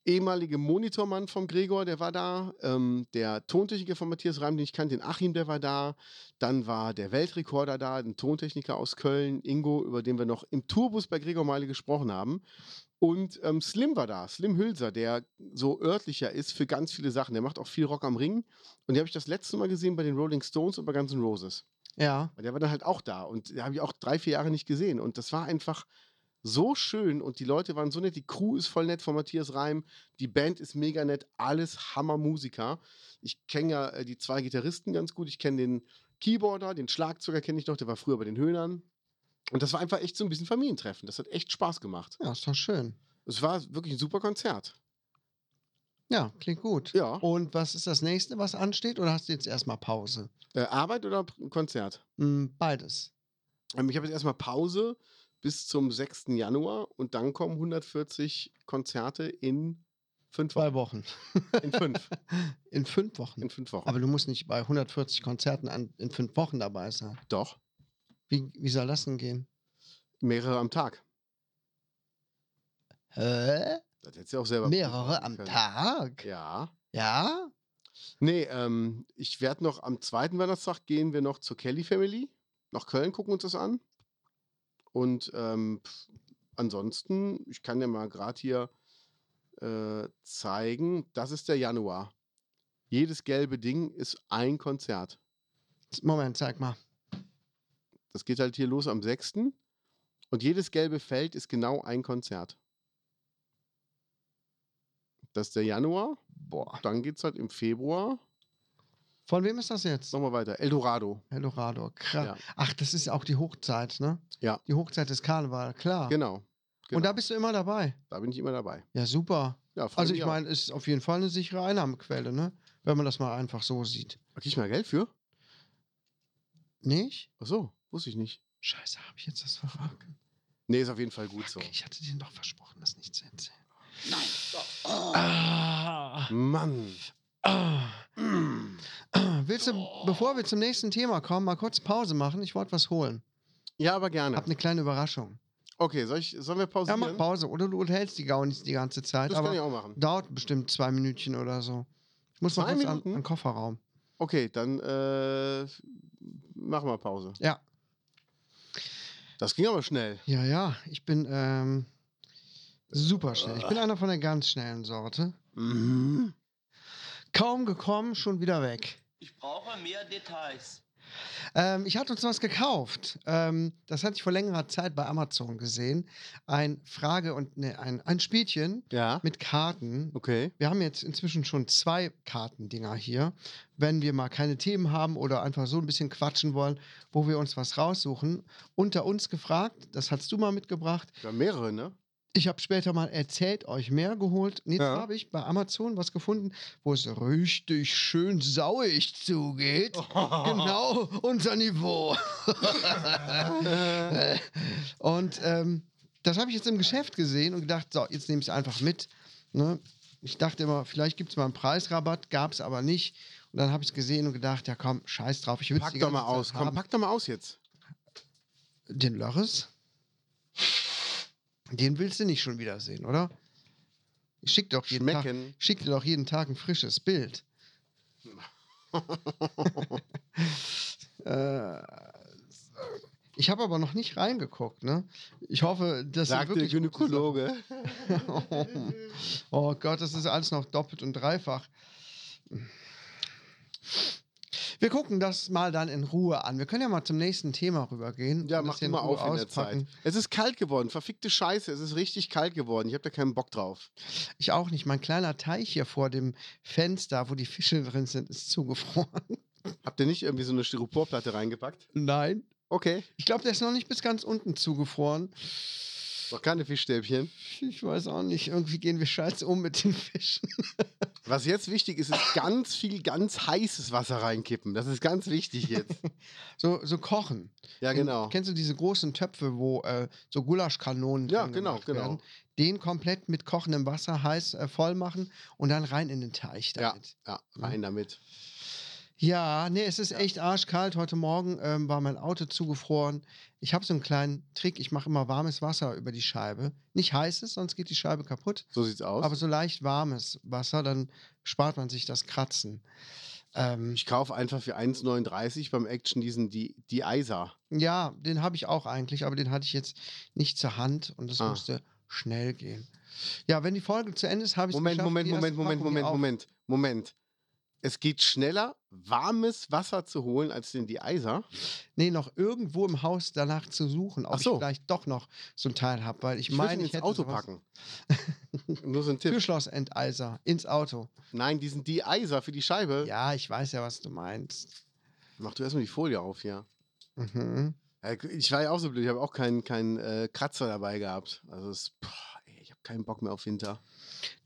S2: ehemalige Monitormann vom Gregor, der war da, ähm, der Tontechniker von Matthias Reim, den ich kannte, den Achim, der war da, dann war der Weltrekorder da, ein Tontechniker aus Köln, Ingo, über den wir noch im Tourbus bei Gregor Meile gesprochen haben. Und ähm, Slim war da, Slim Hülser, der so örtlicher ist für ganz viele Sachen. Der macht auch viel Rock am Ring. Und den habe ich das letzte Mal gesehen bei den Rolling Stones und bei Guns N' Roses.
S1: Ja.
S2: Und der war dann halt auch da. Und den habe ich auch drei, vier Jahre nicht gesehen. Und das war einfach so schön. Und die Leute waren so nett. Die Crew ist voll nett von Matthias Reim. Die Band ist mega nett. Alles Hammermusiker. Ich kenne ja äh, die zwei Gitarristen ganz gut. Ich kenne den Keyboarder, den Schlagzeuger kenne ich noch. Der war früher bei den Höhnern. Und das war einfach echt so ein bisschen Familientreffen. Das hat echt Spaß gemacht.
S1: Ja, ist doch schön.
S2: Es war wirklich ein super Konzert.
S1: Ja, klingt gut.
S2: Ja.
S1: Und was ist das nächste, was ansteht? Oder hast du jetzt erstmal Pause?
S2: Äh, Arbeit oder P- Konzert?
S1: Hm, beides.
S2: Ähm, Ich habe jetzt erstmal Pause bis zum 6. Januar und dann kommen 140 Konzerte in fünf
S1: Zwei
S2: Wochen.
S1: Wochen.
S2: In fünf.
S1: In fünf Wochen.
S2: In fünf Wochen.
S1: Aber du musst nicht bei 140 Konzerten an, in fünf Wochen dabei sein.
S2: Doch,
S1: Wie, wie soll das denn gehen?
S2: mehrere am Tag.
S1: Hä?
S2: Das hättest du auch selber.
S1: Mehrere
S2: machen
S1: am
S2: können.
S1: Tag?
S2: Ja.
S1: Ja?
S2: Nee, ähm, ich werde noch am zweiten Weihnachtstag gehen wir noch zur Kelly Family. Nach Köln gucken uns das an. Und ähm, pf, ansonsten, ich kann dir mal gerade hier äh, zeigen, das ist der Januar. Jedes gelbe Ding ist ein Konzert.
S1: Moment, zeig mal.
S2: Das geht halt hier los am 6. Und jedes gelbe Feld ist genau ein Konzert. Das ist der Januar.
S1: Boah.
S2: Dann geht es halt im Februar
S1: Von wem ist das jetzt?
S2: nochmal weiter. Eldorado.
S1: Eldorado. Krass.
S2: Ja.
S1: Ach, das ist auch die Hochzeit, ne?
S2: Ja.
S1: Die Hochzeit des Karneval, klar.
S2: Genau. genau.
S1: Und da bist du immer dabei.
S2: da bin ich immer dabei.
S1: Ja, super.
S2: Ja, freu
S1: Also
S2: mich
S1: ich
S2: auch.
S1: meine, es ist auf jeden Fall eine sichere Einnahmequelle, ne? Wenn man das mal einfach so sieht.
S2: Krieg ich mal Geld für?
S1: Nicht?
S2: Ach so, wusste ich nicht.
S1: Scheiße, habe ich jetzt das verraten?
S2: Nee, ist auf jeden Fall gut so.
S1: Ich hatte dir doch versprochen, das nicht zu erzählen.
S4: Nein.
S1: Ah,
S2: Mann.
S1: ah, ah. Willst du, bevor wir zum nächsten Thema kommen, mal kurz Pause machen? Ich wollte was holen.
S2: Ja, aber gerne.
S1: Hab eine kleine Überraschung.
S2: Okay, soll ich, sollen wir
S1: Ja,
S2: pausieren?
S1: mach Pause. Oder du hältst die Gaunis die ganze Zeit.
S2: das
S1: aber
S2: kann ich auch machen.
S1: dauert bestimmt zwei Minütchen oder so. Ich muss noch
S2: Zwei
S1: kurz an, an
S2: Minuten?
S1: den Kofferraum.
S2: Okay, dann äh, machen wir Pause.
S1: Ja.
S2: Das ging aber schnell.
S1: Ja, ja, ich bin ähm, super schnell. Ich bin einer von der ganz schnellen Sorte.
S2: Mhm.
S1: Kaum gekommen, schon wieder weg.
S4: Ich brauche mehr Details.
S1: Ähm, ich hatte uns was gekauft. Ähm, das hatte ich vor längerer Zeit bei Amazon gesehen. Ein Frage und ne, ein, ein Spielchen
S2: Ja.
S1: mit Karten.
S2: Okay.
S1: Wir haben jetzt inzwischen schon zwei Kartendinger hier. Wenn wir mal keine Themen haben oder einfach so ein bisschen quatschen wollen, wo wir uns was raussuchen. Unter uns gefragt, das hast du mal mitgebracht.
S2: Ja, mehrere, ne?
S1: Ich habe später mal erzählt, euch mehr geholt. Und Jetzt
S2: Ja.
S1: habe ich bei Amazon was gefunden, wo es richtig schön sauig zugeht. Genau unser Niveau. und ähm, das habe ich jetzt im Geschäft gesehen und gedacht, so, jetzt nehme ich es einfach mit. Ne? Ich dachte immer, vielleicht gibt es mal einen Preisrabatt, gab es aber nicht. Und dann habe ich es gesehen und gedacht, ja komm, scheiß drauf, ich will
S2: Pack doch mal aus. Komm, pack doch mal aus jetzt.
S1: Den Lörres? Den willst du nicht schon wieder sehen, oder? Ich schick doch jeden Tag,
S2: Schmecken.
S1: schick dir doch jeden Tag ein frisches Bild. äh, ich habe aber noch nicht reingeguckt, ne? Ich hoffe, das sind
S2: Sagt der
S1: wirklich gute
S2: Gynäkologe.
S1: Sachen. oh Gott, das ist alles noch doppelt und dreifach. Wir gucken das mal dann in Ruhe an. Wir können ja mal zum nächsten Thema rübergehen.
S2: Ja,
S1: und das
S2: mach
S1: hier in
S2: mal
S1: Ruhe
S2: auf in der Zeit. Es ist kalt geworden, verfickte Scheiße. Es ist richtig kalt geworden. Ich habe da keinen Bock drauf.
S1: Ich auch nicht. Mein kleiner Teich hier vor dem Fenster, wo die Fische drin sind, ist zugefroren.
S2: Habt ihr nicht irgendwie so eine Styroporplatte reingepackt?
S1: Nein.
S2: Okay,
S1: Ich glaube, der ist noch nicht bis ganz unten zugefroren.
S2: noch keine Fischstäbchen.
S1: Ich weiß auch nicht. Irgendwie gehen wir scheiße um mit den Fischen.
S2: Was jetzt wichtig ist, ist ganz viel ganz heißes Wasser reinkippen. Das ist ganz wichtig jetzt.
S1: So, so kochen.
S2: Ja, genau.
S1: Kennst du diese großen Töpfe, wo äh, so Gulaschkanonen
S2: Ja,
S1: drin
S2: genau,
S1: gemacht
S2: genau.
S1: werden? Den komplett mit kochendem Wasser heiß äh, voll machen und dann rein in den Teich
S2: Ja,
S1: damit.
S2: ja, rein damit.
S1: Ja, nee, es ist echt arschkalt. Heute Morgen ähm, war mein Auto zugefroren. Ich habe so einen kleinen Trick. Ich mache immer warmes Wasser über die Scheibe. Nicht heißes, sonst geht die Scheibe kaputt.
S2: So sieht's aus.
S1: Aber so leicht warmes Wasser, dann spart man sich das Kratzen. Ähm,
S2: ich kaufe einfach für 1,39 beim Action diesen die die Eiser.
S1: ja, den habe ich auch eigentlich, aber den hatte ich jetzt nicht zur Hand und das
S2: Ah.
S1: musste schnell gehen. Ja, wenn die Folge zu Ende ist, habe ich
S2: Moment, Moment, Moment, Moment, Moment, Moment, Moment. Es geht schneller, warmes Wasser zu holen, als den die Eiser.
S1: Nee, noch irgendwo im Haus danach zu suchen, ob
S2: Ach so.
S1: ich vielleicht doch noch so ein Teil habe, weil ich,
S2: Ich würde
S1: meine, ich
S2: ihn ins
S1: hätte
S2: Auto
S1: sowas-
S2: packen. Nur so ein Tipp.
S1: Türschlossenteiser ins Auto.
S2: Nein, diesen die Eiser für die Scheibe.
S1: Ja, ich weiß ja, was du meinst.
S2: Mach du erstmal die Folie auf, ja.
S1: Mhm.
S2: Ja, Ich war ja auch so blöd, ich habe auch keinen keinen äh, Kratzer dabei gehabt. Also es, boah, ey, ich habe keinen Bock mehr auf Winter.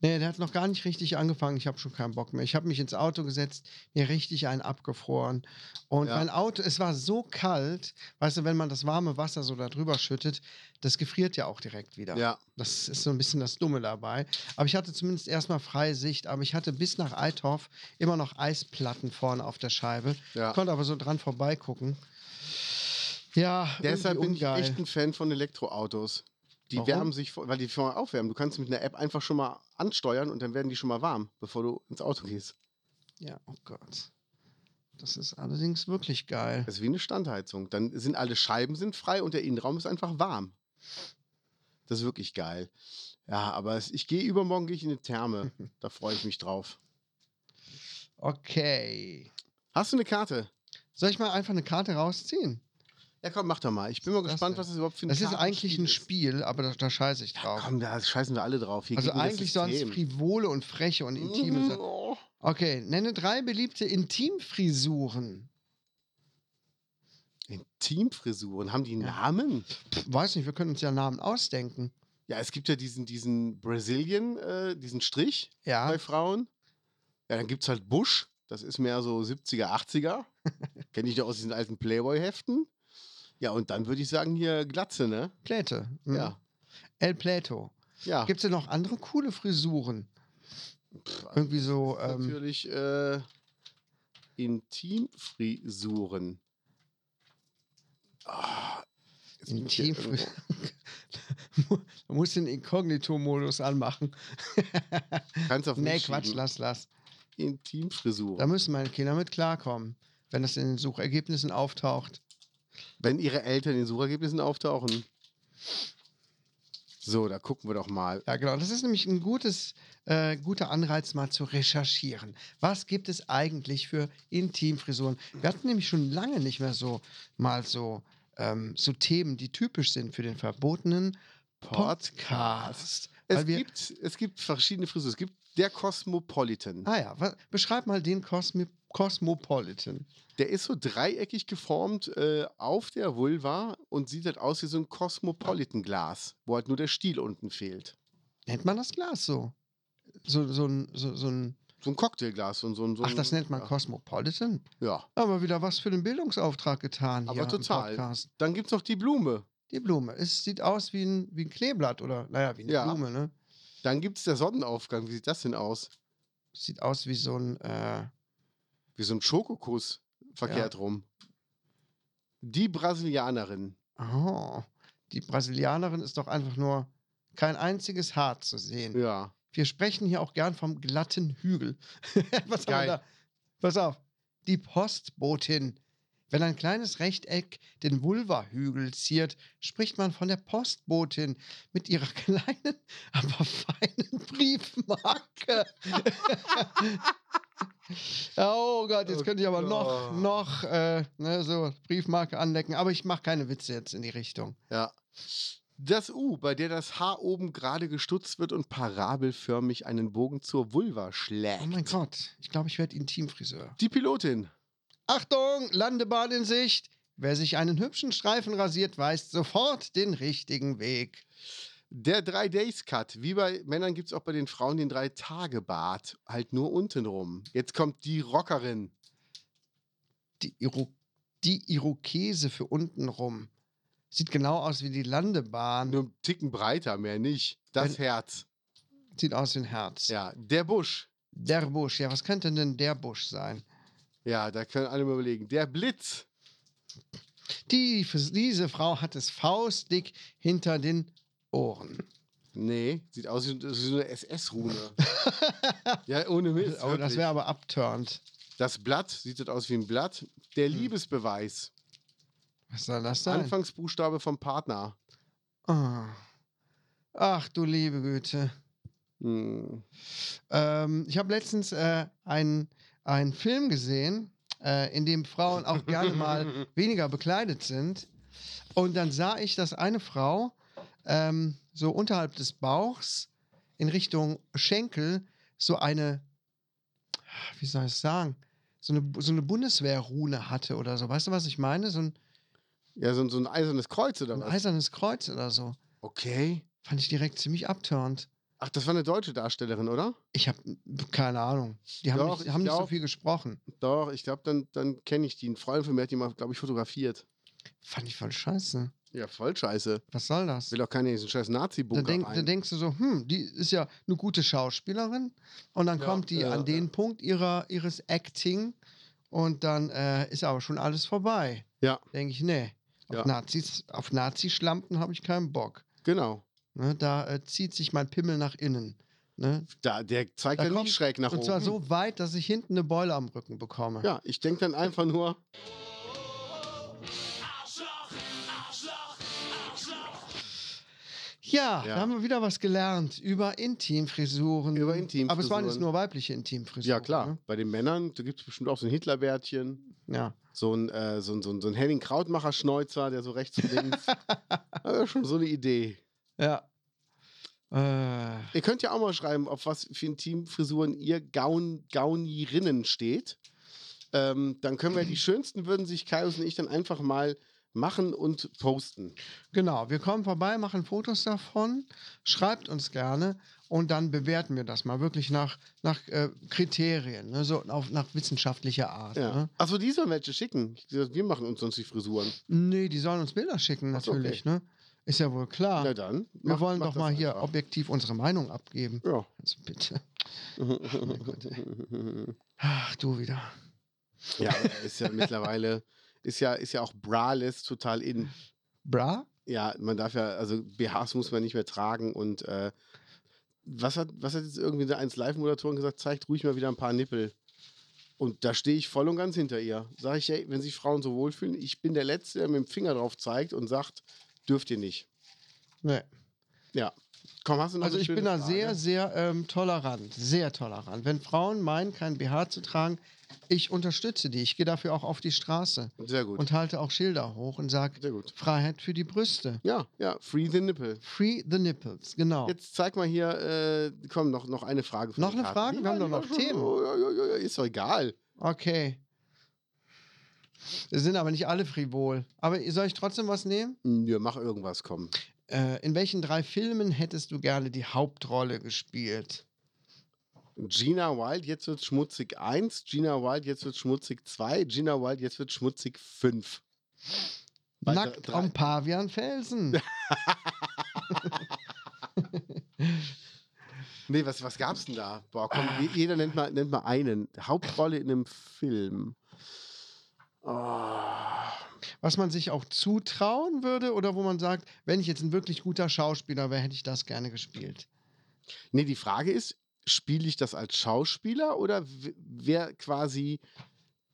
S1: Nee, der hat noch gar nicht richtig angefangen. Ich habe schon keinen Bock mehr. Ich habe mich ins Auto gesetzt, mir richtig einen abgefroren. Und
S2: Ja.
S1: mein Auto, es war so kalt, weißt du, wenn man das warme Wasser so da drüber schüttet, das gefriert ja auch direkt wieder.
S2: Ja,
S1: Das ist so ein bisschen das Dumme dabei. Aber ich hatte zumindest erstmal freie Sicht. Aber ich hatte bis nach Eitorf immer noch Eisplatten vorne auf der Scheibe.
S2: ja.
S1: Konnte aber so dran vorbeigucken. Ja,
S2: Deshalb
S1: irgendwie
S2: bin ich
S1: ungeil.
S2: echt ein Fan von Elektroautos. Die
S1: Warum?
S2: wärmen sich, vor- weil die vorher aufwärmen. Du kannst mit einer App einfach schon mal ansteuern und dann werden die schon mal warm, bevor du ins Auto gehst.
S1: Ja, oh Gott. Das ist allerdings wirklich geil.
S2: Das ist wie eine Standheizung. Dann sind alle Scheiben sind frei und der Innenraum ist einfach warm. Das ist wirklich geil. Ja, aber es, ich gehe übermorgen gehe ich in eine Therme. da freue ich mich drauf.
S1: Okay.
S2: Hast du eine Karte?
S1: Soll ich mal einfach eine Karte rausziehen?
S2: Ja, komm, mach doch mal. Ich bin mal
S1: Was
S2: gespannt,
S1: denn?
S2: was das überhaupt für ein
S1: Das ist eigentlich ein
S2: Kartenspiel
S1: Spiel, aber da, da scheiße ich
S2: ist.
S1: drauf.
S2: Komm, da scheißen wir alle drauf. Hier
S1: also
S2: geht nur das
S1: eigentlich sonst
S2: System.
S1: frivole und freche und intime Sachen.
S2: Oh.
S1: Okay, nenne drei beliebte Intimfrisuren.
S2: Intimfrisuren, haben die Namen?
S1: Pff, weiß nicht, wir können uns ja Namen ausdenken.
S2: Ja, es gibt ja diesen, diesen Brazilian, äh, diesen Strich
S1: Ja,
S2: bei Frauen. Ja, dann gibt es halt Busch, das ist mehr so 70er, 80er. Kenne ich ja aus diesen alten Playboy-Heften. Ja, und dann würde ich sagen, hier Glatze, ne?
S1: Pläte. Mhm.
S2: Ja.
S1: El Plato.
S2: Ja,
S1: Gibt es denn noch andere coole Frisuren?
S2: Pff, also
S1: Irgendwie so. Ähm,
S2: natürlich äh, Intimfrisuren. Ah, jetzt bin ich hier
S1: Intimfrisuren.
S2: irgendwo.
S1: Man muss den Inkognito-Modus anmachen.
S2: Kannst auf
S1: nee,
S2: mich
S1: Quatsch,
S2: schieben.
S1: lass, lass. Da
S2: Intimfrisuren.
S1: müssen meine Kinder mit klarkommen, wenn das in den Suchergebnissen auftaucht.
S2: Wenn ihre Eltern in Suchergebnissen auftauchen. So, da gucken wir doch mal.
S1: Ja, genau. Das ist nämlich ein gutes, äh, guter Anreiz, mal zu recherchieren. Was gibt es eigentlich für Intimfrisuren? Wir hatten nämlich schon lange nicht mehr so mal so, ähm, so Themen, die typisch sind für den verbotenen Podcast.
S2: Es
S1: Weil wir,
S2: gibt, es gibt verschiedene Frisuren. Es gibt der Cosmopolitan.
S1: ah ja, wa- beschreib mal den Cosmi Cosmopolitan.
S2: Der ist so dreieckig geformt äh, auf der Vulva und sieht halt aus wie so ein Cosmopolitan-Glas, wo halt nur der Stiel unten fehlt.
S1: Nennt man das Glas so? So, so, ein, so, so ein.
S2: So ein Cocktailglas und so ein. So
S1: Ach,
S2: ein-
S1: das nennt man
S2: ja.
S1: Cosmopolitan?
S2: Ja.
S1: Aber wieder was für den Bildungsauftrag getan.
S2: Aber
S1: hier
S2: total.
S1: Im Podcast.
S2: Dann gibt es noch die Blume.
S1: Die Blume. Es sieht aus wie ein, wie ein Kleeblatt oder, naja, wie eine
S2: Ja.
S1: Blume, ne?
S2: Dann gibt es der Sonnenaufgang. Wie sieht das denn aus?
S1: Sieht aus wie so ein, äh,
S2: Wie so ein Schokokuss verkehrt rum. Die Brasilianerin.
S1: oh, die Brasilianerin ist doch einfach nur kein einziges Haar zu sehen.
S2: Ja.
S1: Wir sprechen hier auch gern vom glatten Hügel. Was haben wir
S2: Geil.
S1: da? Pass auf. Die Postbotin. Wenn ein kleines Rechteck den Vulva-Hügel ziert, spricht man von der Postbotin mit ihrer kleinen, aber feinen Briefmarke. oh Gott, jetzt könnte ich aber noch,
S2: Oh.
S1: noch äh, ne, so Briefmarke anlecken. Aber ich mache keine Witze jetzt in die Richtung.
S2: Ja. Das U, bei der das Haar oben gerade gestutzt wird und parabelförmig einen Bogen zur Vulva schlägt.
S1: Oh mein Gott, ich glaube, ich werde Intimfriseur.
S2: Die Pilotin.
S1: Achtung, Landebahn in Sicht. Wer sich einen hübschen Streifen rasiert, weist sofort den richtigen Weg.
S2: Der 3-Days-Cut. Wie bei Männern gibt es auch bei den Frauen den 3-Tage-Bart. Halt nur unten rum. Jetzt kommt die Rockerin.
S1: Die, Iro die Irokese für unten rum. Sieht genau aus wie die Landebahn.
S2: Nur einen Ticken breiter, mehr nicht. Das Herz.
S1: Sieht aus wie ein Herz.
S2: Ja. Der Busch.
S1: Der Busch. Ja, was könnte denn der Busch sein?
S2: Ja, da können alle mal überlegen. Der Blitz.
S1: Die, diese Frau hat es faustdick hinter den Ohren.
S2: Nee, sieht aus wie das ist so eine SS-Rune. ja, ohne Mist.
S1: Oh, das
S2: wirklich.
S1: wäre aber abturnt.
S2: das Blatt sieht das aus wie ein Blatt. Der
S1: Hm.
S2: Liebesbeweis.
S1: Was soll das sein?
S2: Anfangsbuchstabe vom Partner.
S1: Ah. Ach du liebe Güte.
S2: Hm.
S1: Ähm, ich habe letztens äh, einen, einen Film gesehen, äh, in dem Frauen auch gerne mal weniger bekleidet sind. Und dann sah ich, dass eine Frau ähm, so unterhalb des Bauchs in Richtung Schenkel so eine, wie soll ich es sagen, so eine, so eine Bundeswehrrune hatte oder so. Weißt du, was ich meine? So ein,
S2: Ja, so, so ein eisernes Kreuz oder
S1: ein
S2: was?
S1: eisernes Kreuz oder so.
S2: okay.
S1: Fand ich direkt ziemlich abturnt.
S2: Ach, das war eine deutsche Darstellerin, oder?
S1: Ich habe keine Ahnung. Die haben,
S2: Doch,
S1: nicht,
S2: ich
S1: haben nicht so
S2: glaub-
S1: viel gesprochen.
S2: Doch, ich glaube, dann, dann kenne ich die. Ein Freund von mir hat die mal, glaube ich, fotografiert.
S1: Fand ich voll scheiße.
S2: Ja, voll scheiße.
S1: Was soll das?
S2: Will doch keiner in diesen scheiß
S1: Dann,
S2: Nazi-Bunker
S1: denk,
S2: rein.
S1: dann denkst du so, hm, die ist ja eine gute Schauspielerin. Und dann
S2: Ja,
S1: kommt die
S2: ja,
S1: an den
S2: ja.
S1: Punkt ihrer, ihres Acting und dann äh, ist aber schon alles vorbei.
S2: Ja.
S1: Denke ich, nee. Auf
S2: Ja.
S1: Nazis, auf Nazi-Schlampen habe ich keinen Bock.
S2: genau.
S1: Ne, da äh, zieht sich mein Pimmel nach innen. Ne?
S2: Da, der zeigt
S1: Da
S2: ja
S1: kommt-
S2: nicht schräg nach
S1: Und
S2: oben.
S1: zwar so weit, dass ich hinten eine Beule am Rücken bekomme.
S2: Ja, ich denke dann einfach nur.
S1: Ja,
S2: Ja.
S1: da haben wir wieder was gelernt über Intimfrisuren.
S2: Über Intimfrisuren.
S1: Aber es waren jetzt nur weibliche Intimfrisuren.
S2: Ja, klar.
S1: Ne?
S2: Bei den Männern, da gibt es bestimmt auch so ein Hitlerbärtchen,
S1: Ja.
S2: so ein, äh, so ein, so ein, so ein Henning Krautmacher-Schneuzer, der so rechts und links. das ist schon so eine Idee.
S1: Ja. Äh,
S2: Ihr könnt ja auch mal schreiben, auf was für Intimfrisuren ihr Gaun Gaunierinnen steht. Ähm, dann können wir die schönsten würden sich Kaius und ich dann einfach mal machen und posten.
S1: genau, wir kommen vorbei, machen Fotos davon, schreibt uns gerne und dann bewerten wir das mal wirklich nach, nach äh, Kriterien, ne? so auf, nach wissenschaftlicher Art.
S2: Ja.
S1: Ne?
S2: Achso, die sollen welche schicken. Ich- Wir machen uns sonst die Frisuren.
S1: Nee, die sollen uns Bilder schicken,
S2: Ach so,
S1: natürlich. Ne? Ist ja wohl klar.
S2: Na dann.
S1: Ah. wir
S2: macht-
S1: wollen
S2: macht
S1: doch
S2: das
S1: mal hier
S2: einfach.
S1: objektiv unsere Meinung abgeben.
S2: Ja.
S1: Also bitte. Oh Ach, du wieder.
S2: ja, aber ist ja mittlerweile, ist ja, ist ja auch braless total in.
S1: Bra?
S2: Ja, man darf ja, also BHs muss man nicht mehr tragen und äh, was hat, was hat jetzt irgendwie der 1 Live-Moderatoren gesagt? Zeigt ruhig mal wieder ein paar Nippel. Und da stehe ich voll und ganz hinter ihr. Sage ich, ey, wenn sich Frauen so wohlfühlen, ich bin der Letzte, der mit dem Finger drauf zeigt und sagt, dürft ihr nicht.
S1: Nee.
S2: Ja. Komm, hast du noch
S1: Also
S2: eine
S1: ich
S2: schöne
S1: bin da
S2: Frage?
S1: sehr, sehr ähm, tolerant. Sehr tolerant. Wenn Frauen meinen, kein BH zu tragen, ich unterstütze die. Ich gehe dafür auch auf die Straße
S2: Sehr gut.
S1: und halte auch Schilder hoch und sage
S2: sehr gut.
S1: Freiheit für die Brüste.
S2: Ja, ja, free the nipple.
S1: Free the nipples, genau.
S2: Jetzt zeig mal hier, äh, komm, noch, noch eine Frage. von
S1: Noch
S2: den
S1: eine Frage?
S2: Karten.
S1: Wir haben doch noch
S2: schon-
S1: Themen.
S2: Oh, ja, ja, ja, ja, ist doch egal.
S1: Okay. Es sind aber nicht alle frivol. Aber soll ich trotzdem was nehmen?
S2: Hm, Ja, mach irgendwas, komm.
S1: Äh, in welchen drei Filmen hättest du gerne die Hauptrolle gespielt?
S2: Gina Wild, jetzt wird schmutzig 1, Gina Wild, jetzt wird schmutzig 2, Gina Wild, jetzt wird schmutzig 5. Bei dr-
S1: Nackt
S2: drei-
S1: am Pavianfelsen.
S2: Nee, was, was gab's denn da? Boah, komm, je- jeder nennt mal, nennt mal einen. Hauptrolle in einem Film. Ah.
S1: was man sich auch zutrauen würde oder wo man sagt, wenn ich jetzt ein wirklich guter Schauspieler wäre, hätte ich das gerne gespielt.
S2: Nee, die Frage ist, spiele ich das als Schauspieler oder w- wer quasi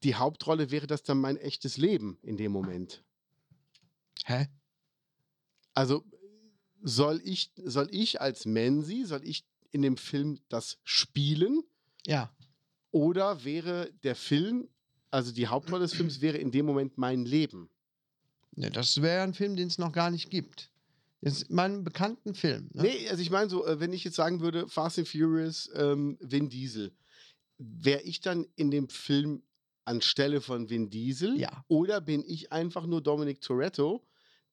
S2: die Hauptrolle wäre das dann mein echtes Leben in dem Moment?
S1: Hä?
S2: Also soll ich, soll ich als Menzi, soll ich in dem Film das spielen
S1: Ja.
S2: oder wäre der Film, also die Hauptrolle des Films wäre in dem Moment mein Leben?
S1: Ne, das wäre ein Film, den es noch gar nicht gibt. Das ist mein bekannten Film. Ne?
S2: Nee, also ich meine so, äh, wenn ich jetzt sagen würde, Fast and Furious, ähm, Vin Diesel, wäre ich dann in dem Film anstelle von Vin Diesel?
S1: Ja.
S2: Oder bin ich einfach nur Dominic Toretto,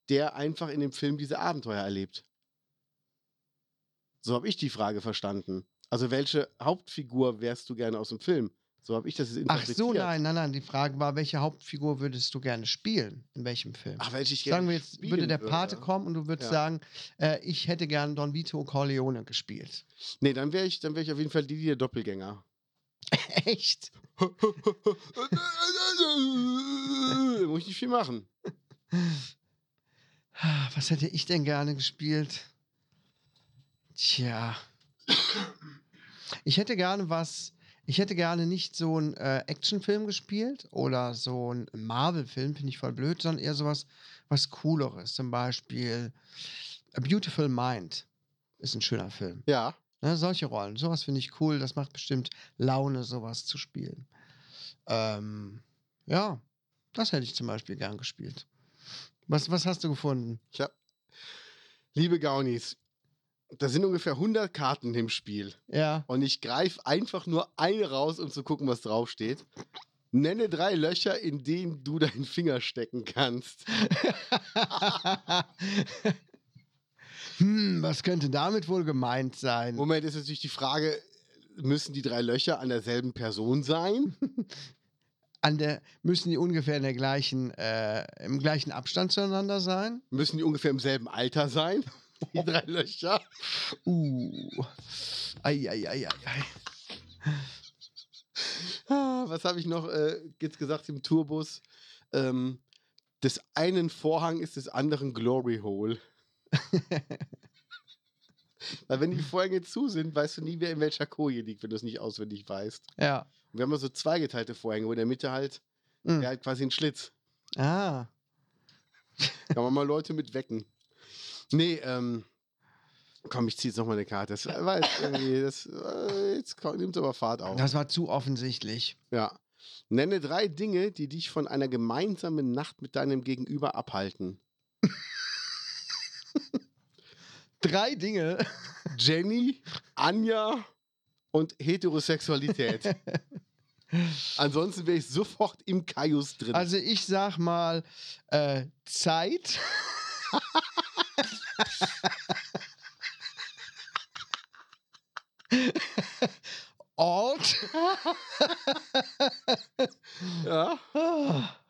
S2: der einfach in dem Film diese Abenteuer erlebt? So habe ich die Frage verstanden. Also welche Hauptfigur wärst du gerne aus dem Film? So habe ich das jetzt
S1: Ach so,
S2: interpretiert.
S1: nein, nein, nein. Die Frage war, welche Hauptfigur würdest du gerne spielen? In welchem Film?
S2: Ach, welche ich gerne
S1: Sagen wir jetzt, würde
S2: spielen
S1: der Pate
S2: würde.
S1: kommen und du würdest
S2: Ja.
S1: sagen, äh, ich hätte gern Don Vito Corleone gespielt.
S2: Nee, dann wäre ich, dann wär ich auf jeden Fall die, die der Doppelgänger.
S1: Echt?
S2: Muss ich nicht viel machen.
S1: Ah, Was hätte ich denn gerne gespielt? Tja. Ich hätte gerne was. Ich hätte gerne nicht so einen äh, Actionfilm gespielt oder so einen Marvel-Film, finde ich voll blöd, sondern eher sowas was Cooleres. Zum Beispiel A Beautiful Mind ist ein schöner Film.
S2: Ja.
S1: Ne, solche Rollen. Sowas finde ich cool. Das macht bestimmt Laune, sowas zu spielen. Ähm, ja, das hätte ich zum Beispiel gern gespielt. Was, was hast du gefunden?
S2: Ich hab... Liebe Gaunis, da sind ungefähr 100 Karten im Spiel.
S1: Ja.
S2: Und ich greife einfach nur eine raus, um zu gucken, was draufsteht. Nenne drei Löcher, in denen du deinen Finger stecken kannst.
S1: hm, was könnte damit wohl gemeint sein?
S2: Moment, ist natürlich die Frage, müssen die drei Löcher an derselben Person sein?
S1: An der, müssen die ungefähr in der gleichen, äh, im gleichen Abstand zueinander sein?
S2: Müssen die ungefähr im selben Alter sein? Die drei Löcher?
S1: Uh. Ei, ei, ei, ei, ei.
S2: Ah, was habe ich noch äh, jetzt gesagt im Tourbus? Ähm, des einen Vorhang ist des anderen Glory Hole. Weil wenn die Vorhänge zu sind, weißt du nie, wer in welcher Koje liegt, wenn du es nicht auswendig weißt.
S1: Ja.
S2: Und wir haben ja so zweigeteilte Vorhänge, wo in der Mitte halt,
S1: Hm.
S2: der halt quasi ein Schlitz.
S1: Ah.
S2: Kann man mal Leute mit wecken. Nee, ähm, komm, ich ziehe jetzt nochmal eine Karte. Das war jetzt irgendwie, das, äh, jetzt nimmt aber Fahrt auf.
S1: Das war zu offensichtlich.
S2: Ja. Nenne drei Dinge, die dich von einer gemeinsamen Nacht mit deinem Gegenüber abhalten.
S1: Drei Dinge.
S2: Jenny, Anja und Heterosexualität. Ansonsten wäre ich sofort im Kaius drin.
S1: Also ich sag mal äh, Zeit. Ort
S2: ja.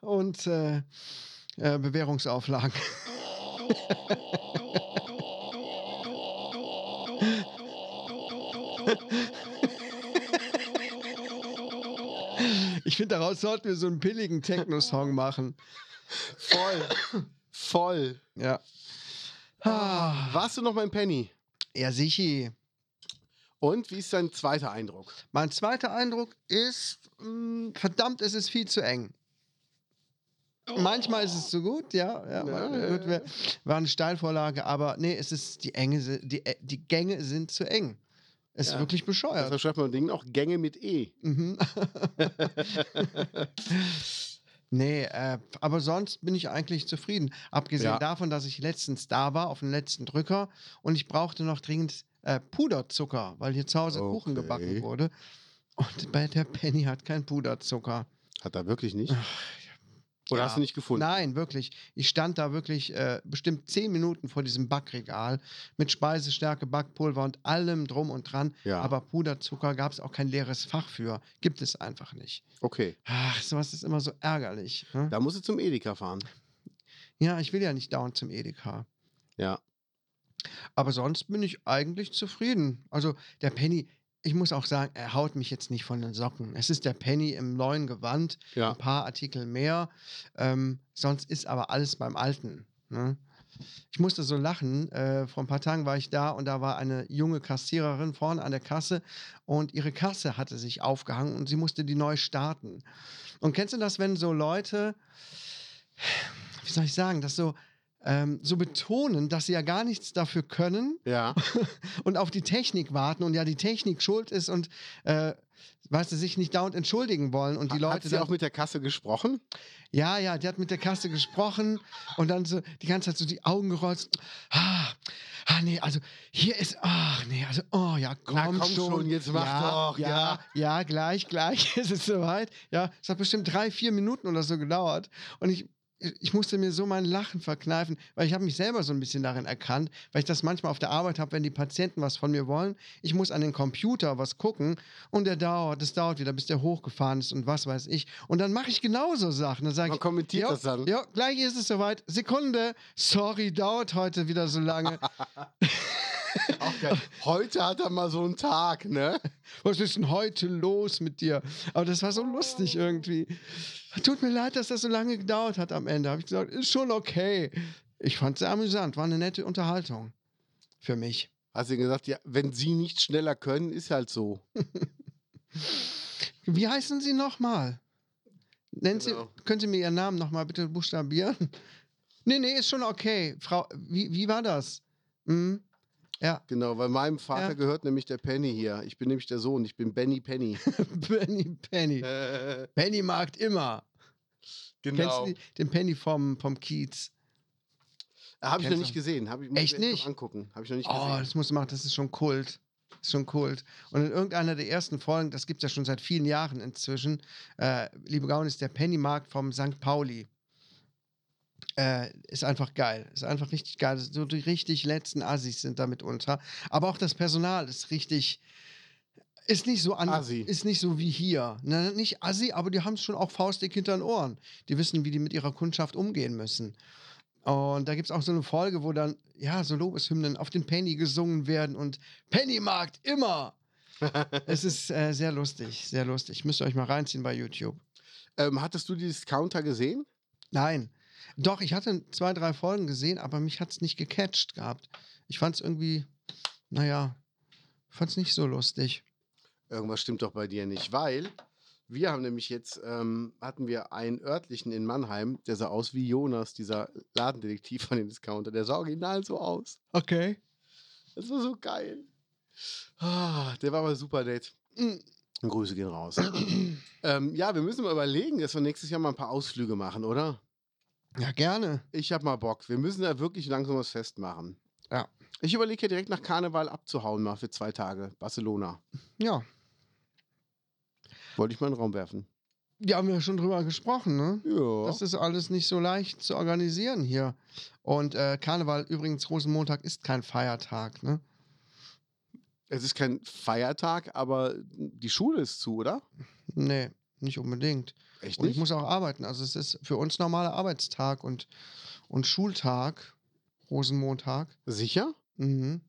S1: und äh, äh, Bewährungsauflagen. Ich finde, daraus sollten wir so einen billigen Techno-Song machen.
S2: Voll. Voll.
S1: Ja. Ah,
S2: Warst du noch mein Penny?
S1: ja, sicher.
S2: Und wie ist dein zweiter Eindruck?
S1: Mein zweiter Eindruck ist, mh, verdammt, es ist viel zu eng. Manchmal ist es zu gut, ja. ja,
S2: Oh. Ja,
S1: man- gut, wir- war eine Steilvorlage, aber nee, es ist die Enge, si- die, Ä- die Gänge sind zu eng. Ist
S2: Ja.
S1: wirklich bescheuert.
S2: Deshalb schreibt man Dingen auch Gänge mit E.
S1: mhm. nee, äh, aber sonst bin ich eigentlich zufrieden. Abgesehen
S2: Ja.
S1: davon, dass ich letztens da war, auf dem letzten Drücker, und ich brauchause noch dringend äh, Puderzucker, weil hier zu Hause Kuchen
S2: Okay.
S1: gebacken wurde. Und bei der Penny hat kein Puderzucker.
S2: Hat er wirklich nicht? Oder
S1: Ja.
S2: hast du nicht gefunden?
S1: Nein, wirklich. Ich stand da wirklich äh, bestimmt zehn Minuten vor diesem Backregal mit Speisestärke, Backpulver und allem drum und dran.
S2: Ja.
S1: Aber Puderzucker gab es auch kein leeres Fach für. Gibt es einfach nicht.
S2: Okay.
S1: Ach, sowas ist immer so ärgerlich. Hm?
S2: Da musst du zum Edeka fahren.
S1: Ja, ich will ja nicht dauernd zum Edeka.
S2: Ja.
S1: Aber sonst bin ich eigentlich zufrieden. Also der Penny, ich muss auch sagen, er haut mich jetzt nicht von den Socken. Es ist der Penny im neuen Gewand,
S2: Ja.
S1: ein paar Artikel mehr. Ähm, sonst ist aber alles beim Alten. Ne? Ich musste so lachen. Äh, vor ein paar Tagen war ich da und da war eine junge Kassiererin vorne an der Kasse und ihre Kasse hatte sich aufgehangen und sie musste die neu starten. Und kennst du das, wenn so Leute, wie soll ich sagen, das so, ähm, so betonen, dass sie ja gar nichts dafür können
S2: Ja.
S1: und auf die Technik warten und ja die Technik schuld ist und äh, weißt du, sich nicht dauernd entschuldigen wollen und die
S2: Hat
S1: Leute
S2: sie
S1: dann,
S2: auch mit der Kasse gesprochen?
S1: ja, ja, die hat mit der Kasse gesprochen und dann so die ganze Zeit so die Augen gerollt. Ah, ah nee, also hier ist, ach nee, also, oh ja, komm,
S2: komm schon, jetzt mach doch, ja.
S1: ja. Ja, gleich, gleich ist es soweit. Ja, es hat bestimmt drei, vier Minuten oder so gedauert und ich, ich musste mir so mein Lachen verkneifen, weil ich habe mich selber so ein bisschen darin erkannt, weil ich das manchmal auf der Arbeit habe, wenn die Patienten was von mir wollen, ich muss an den Computer was gucken und der dauert, das dauert wieder, bis der hochgefahren ist und was weiß ich. Und dann mache ich genauso Sachen. Dann sage
S2: Man
S1: ich,
S2: kommentiert
S1: "Jo,
S2: das dann."
S1: Jo, gleich ist es soweit. Sekunde. Sorry, dauert heute wieder so lange.
S2: Auch geil. Heute hat er mal so einen Tag, ne?
S1: was ist denn heute los mit dir? Aber das war so lustig irgendwie. Tut mir leid, dass das so lange gedauert hat am Ende. Habe ich gesagt, ist schon okay. Ich fand es sehr amüsant. War eine nette Unterhaltung. Für mich.
S2: Hast du gesagt, ja, wenn sie nicht schneller können, ist halt so.
S1: Wie heißen Sie nochmal? Nennen
S2: Genau.
S1: Sie, können Sie mir Ihren Namen nochmal bitte buchstabieren? Nee, nee, ist schon okay. Frau, wie, wie war das? Hm? Ja,
S2: Genau, weil meinem Vater
S1: Ja.
S2: gehört nämlich der Penny hier. Ich bin nämlich der Sohn, ich bin Benny Penny.
S1: Penny, Penny.
S2: Äh,
S1: Penny markt immer.
S2: genau.
S1: Kennst du die- den Penny vom, vom Kiez?
S2: Habe ich noch
S1: Kennst
S2: nicht
S1: du?
S2: gesehen. Ah, Hab ich, muss
S1: Echt
S2: ich mir
S1: nicht?
S2: Noch angucken. Habe ich noch nicht
S1: Oh,
S2: gesehen.
S1: das muss man machen, das ist schon Kult. Ist schon Kult. Und in irgendeiner der ersten Folgen, das gibt es ja schon seit vielen Jahren inzwischen, äh, liebe Gaunis, der Pennymarkt vom St. Pauli. Äh, ist einfach geil. Ist einfach richtig geil. So die richtig letzten Assis sind damit unter. Aber auch das Personal ist richtig. Ist nicht so an,
S2: Assi.
S1: ist nicht so wie hier. Na, nicht Assi, aber die haben es schon auch faustdick hinter den Ohren. Die wissen, wie die mit ihrer Kundschaft umgehen müssen. Und da gibt es auch so eine Folge, wo dann, ja, so Lobeshymnen auf den Penny gesungen werden und Pennymarkt immer. es ist äh, sehr lustig, sehr lustig. Müsst ihr euch mal reinziehen bei YouTube.
S2: Ähm, hattest du die Discounter gesehen?
S1: Nein. Doch, ich hatte zwei, drei Folgen gesehen, aber mich hat es nicht gecatcht gehabt. Ich fand es irgendwie, naja, fand es nicht so lustig.
S2: Irgendwas stimmt doch bei dir nicht, weil wir haben nämlich jetzt, ähm, hatten wir einen örtlichen in Mannheim, der sah aus wie Jonas, dieser Ladendetektiv von dem Discounter. Der sah original so aus.
S1: Okay.
S2: Das war so geil. Ah, der war aber super nett.
S1: Mhm.
S2: Grüße gehen raus. ähm, ja, wir müssen mal überlegen, dass wir nächstes Jahr mal ein paar Ausflüge machen, oder?
S1: Ja, gerne.
S2: Ich hab mal Bock. Wir müssen da wirklich langsam was festmachen.
S1: Ja.
S2: Ich überlege ja direkt nach Karneval abzuhauen mal für zwei Tage. Barcelona.
S1: Ja.
S2: Wollte ich mal in den Raum werfen.
S1: Ja, haben wir schon drüber gesprochen, ne?
S2: Ja.
S1: Das ist alles nicht so leicht zu organisieren hier. Und äh, Karneval, übrigens, Rosenmontag ist kein Feiertag, ne?
S2: Es ist kein Feiertag, aber die Schule ist zu, oder?
S1: Nee, nicht unbedingt.
S2: Echt
S1: Und ich muss auch arbeiten. Also es ist für uns normaler Arbeitstag und, und Schultag, Rosenmontag.
S2: Sicher?
S1: Mhm.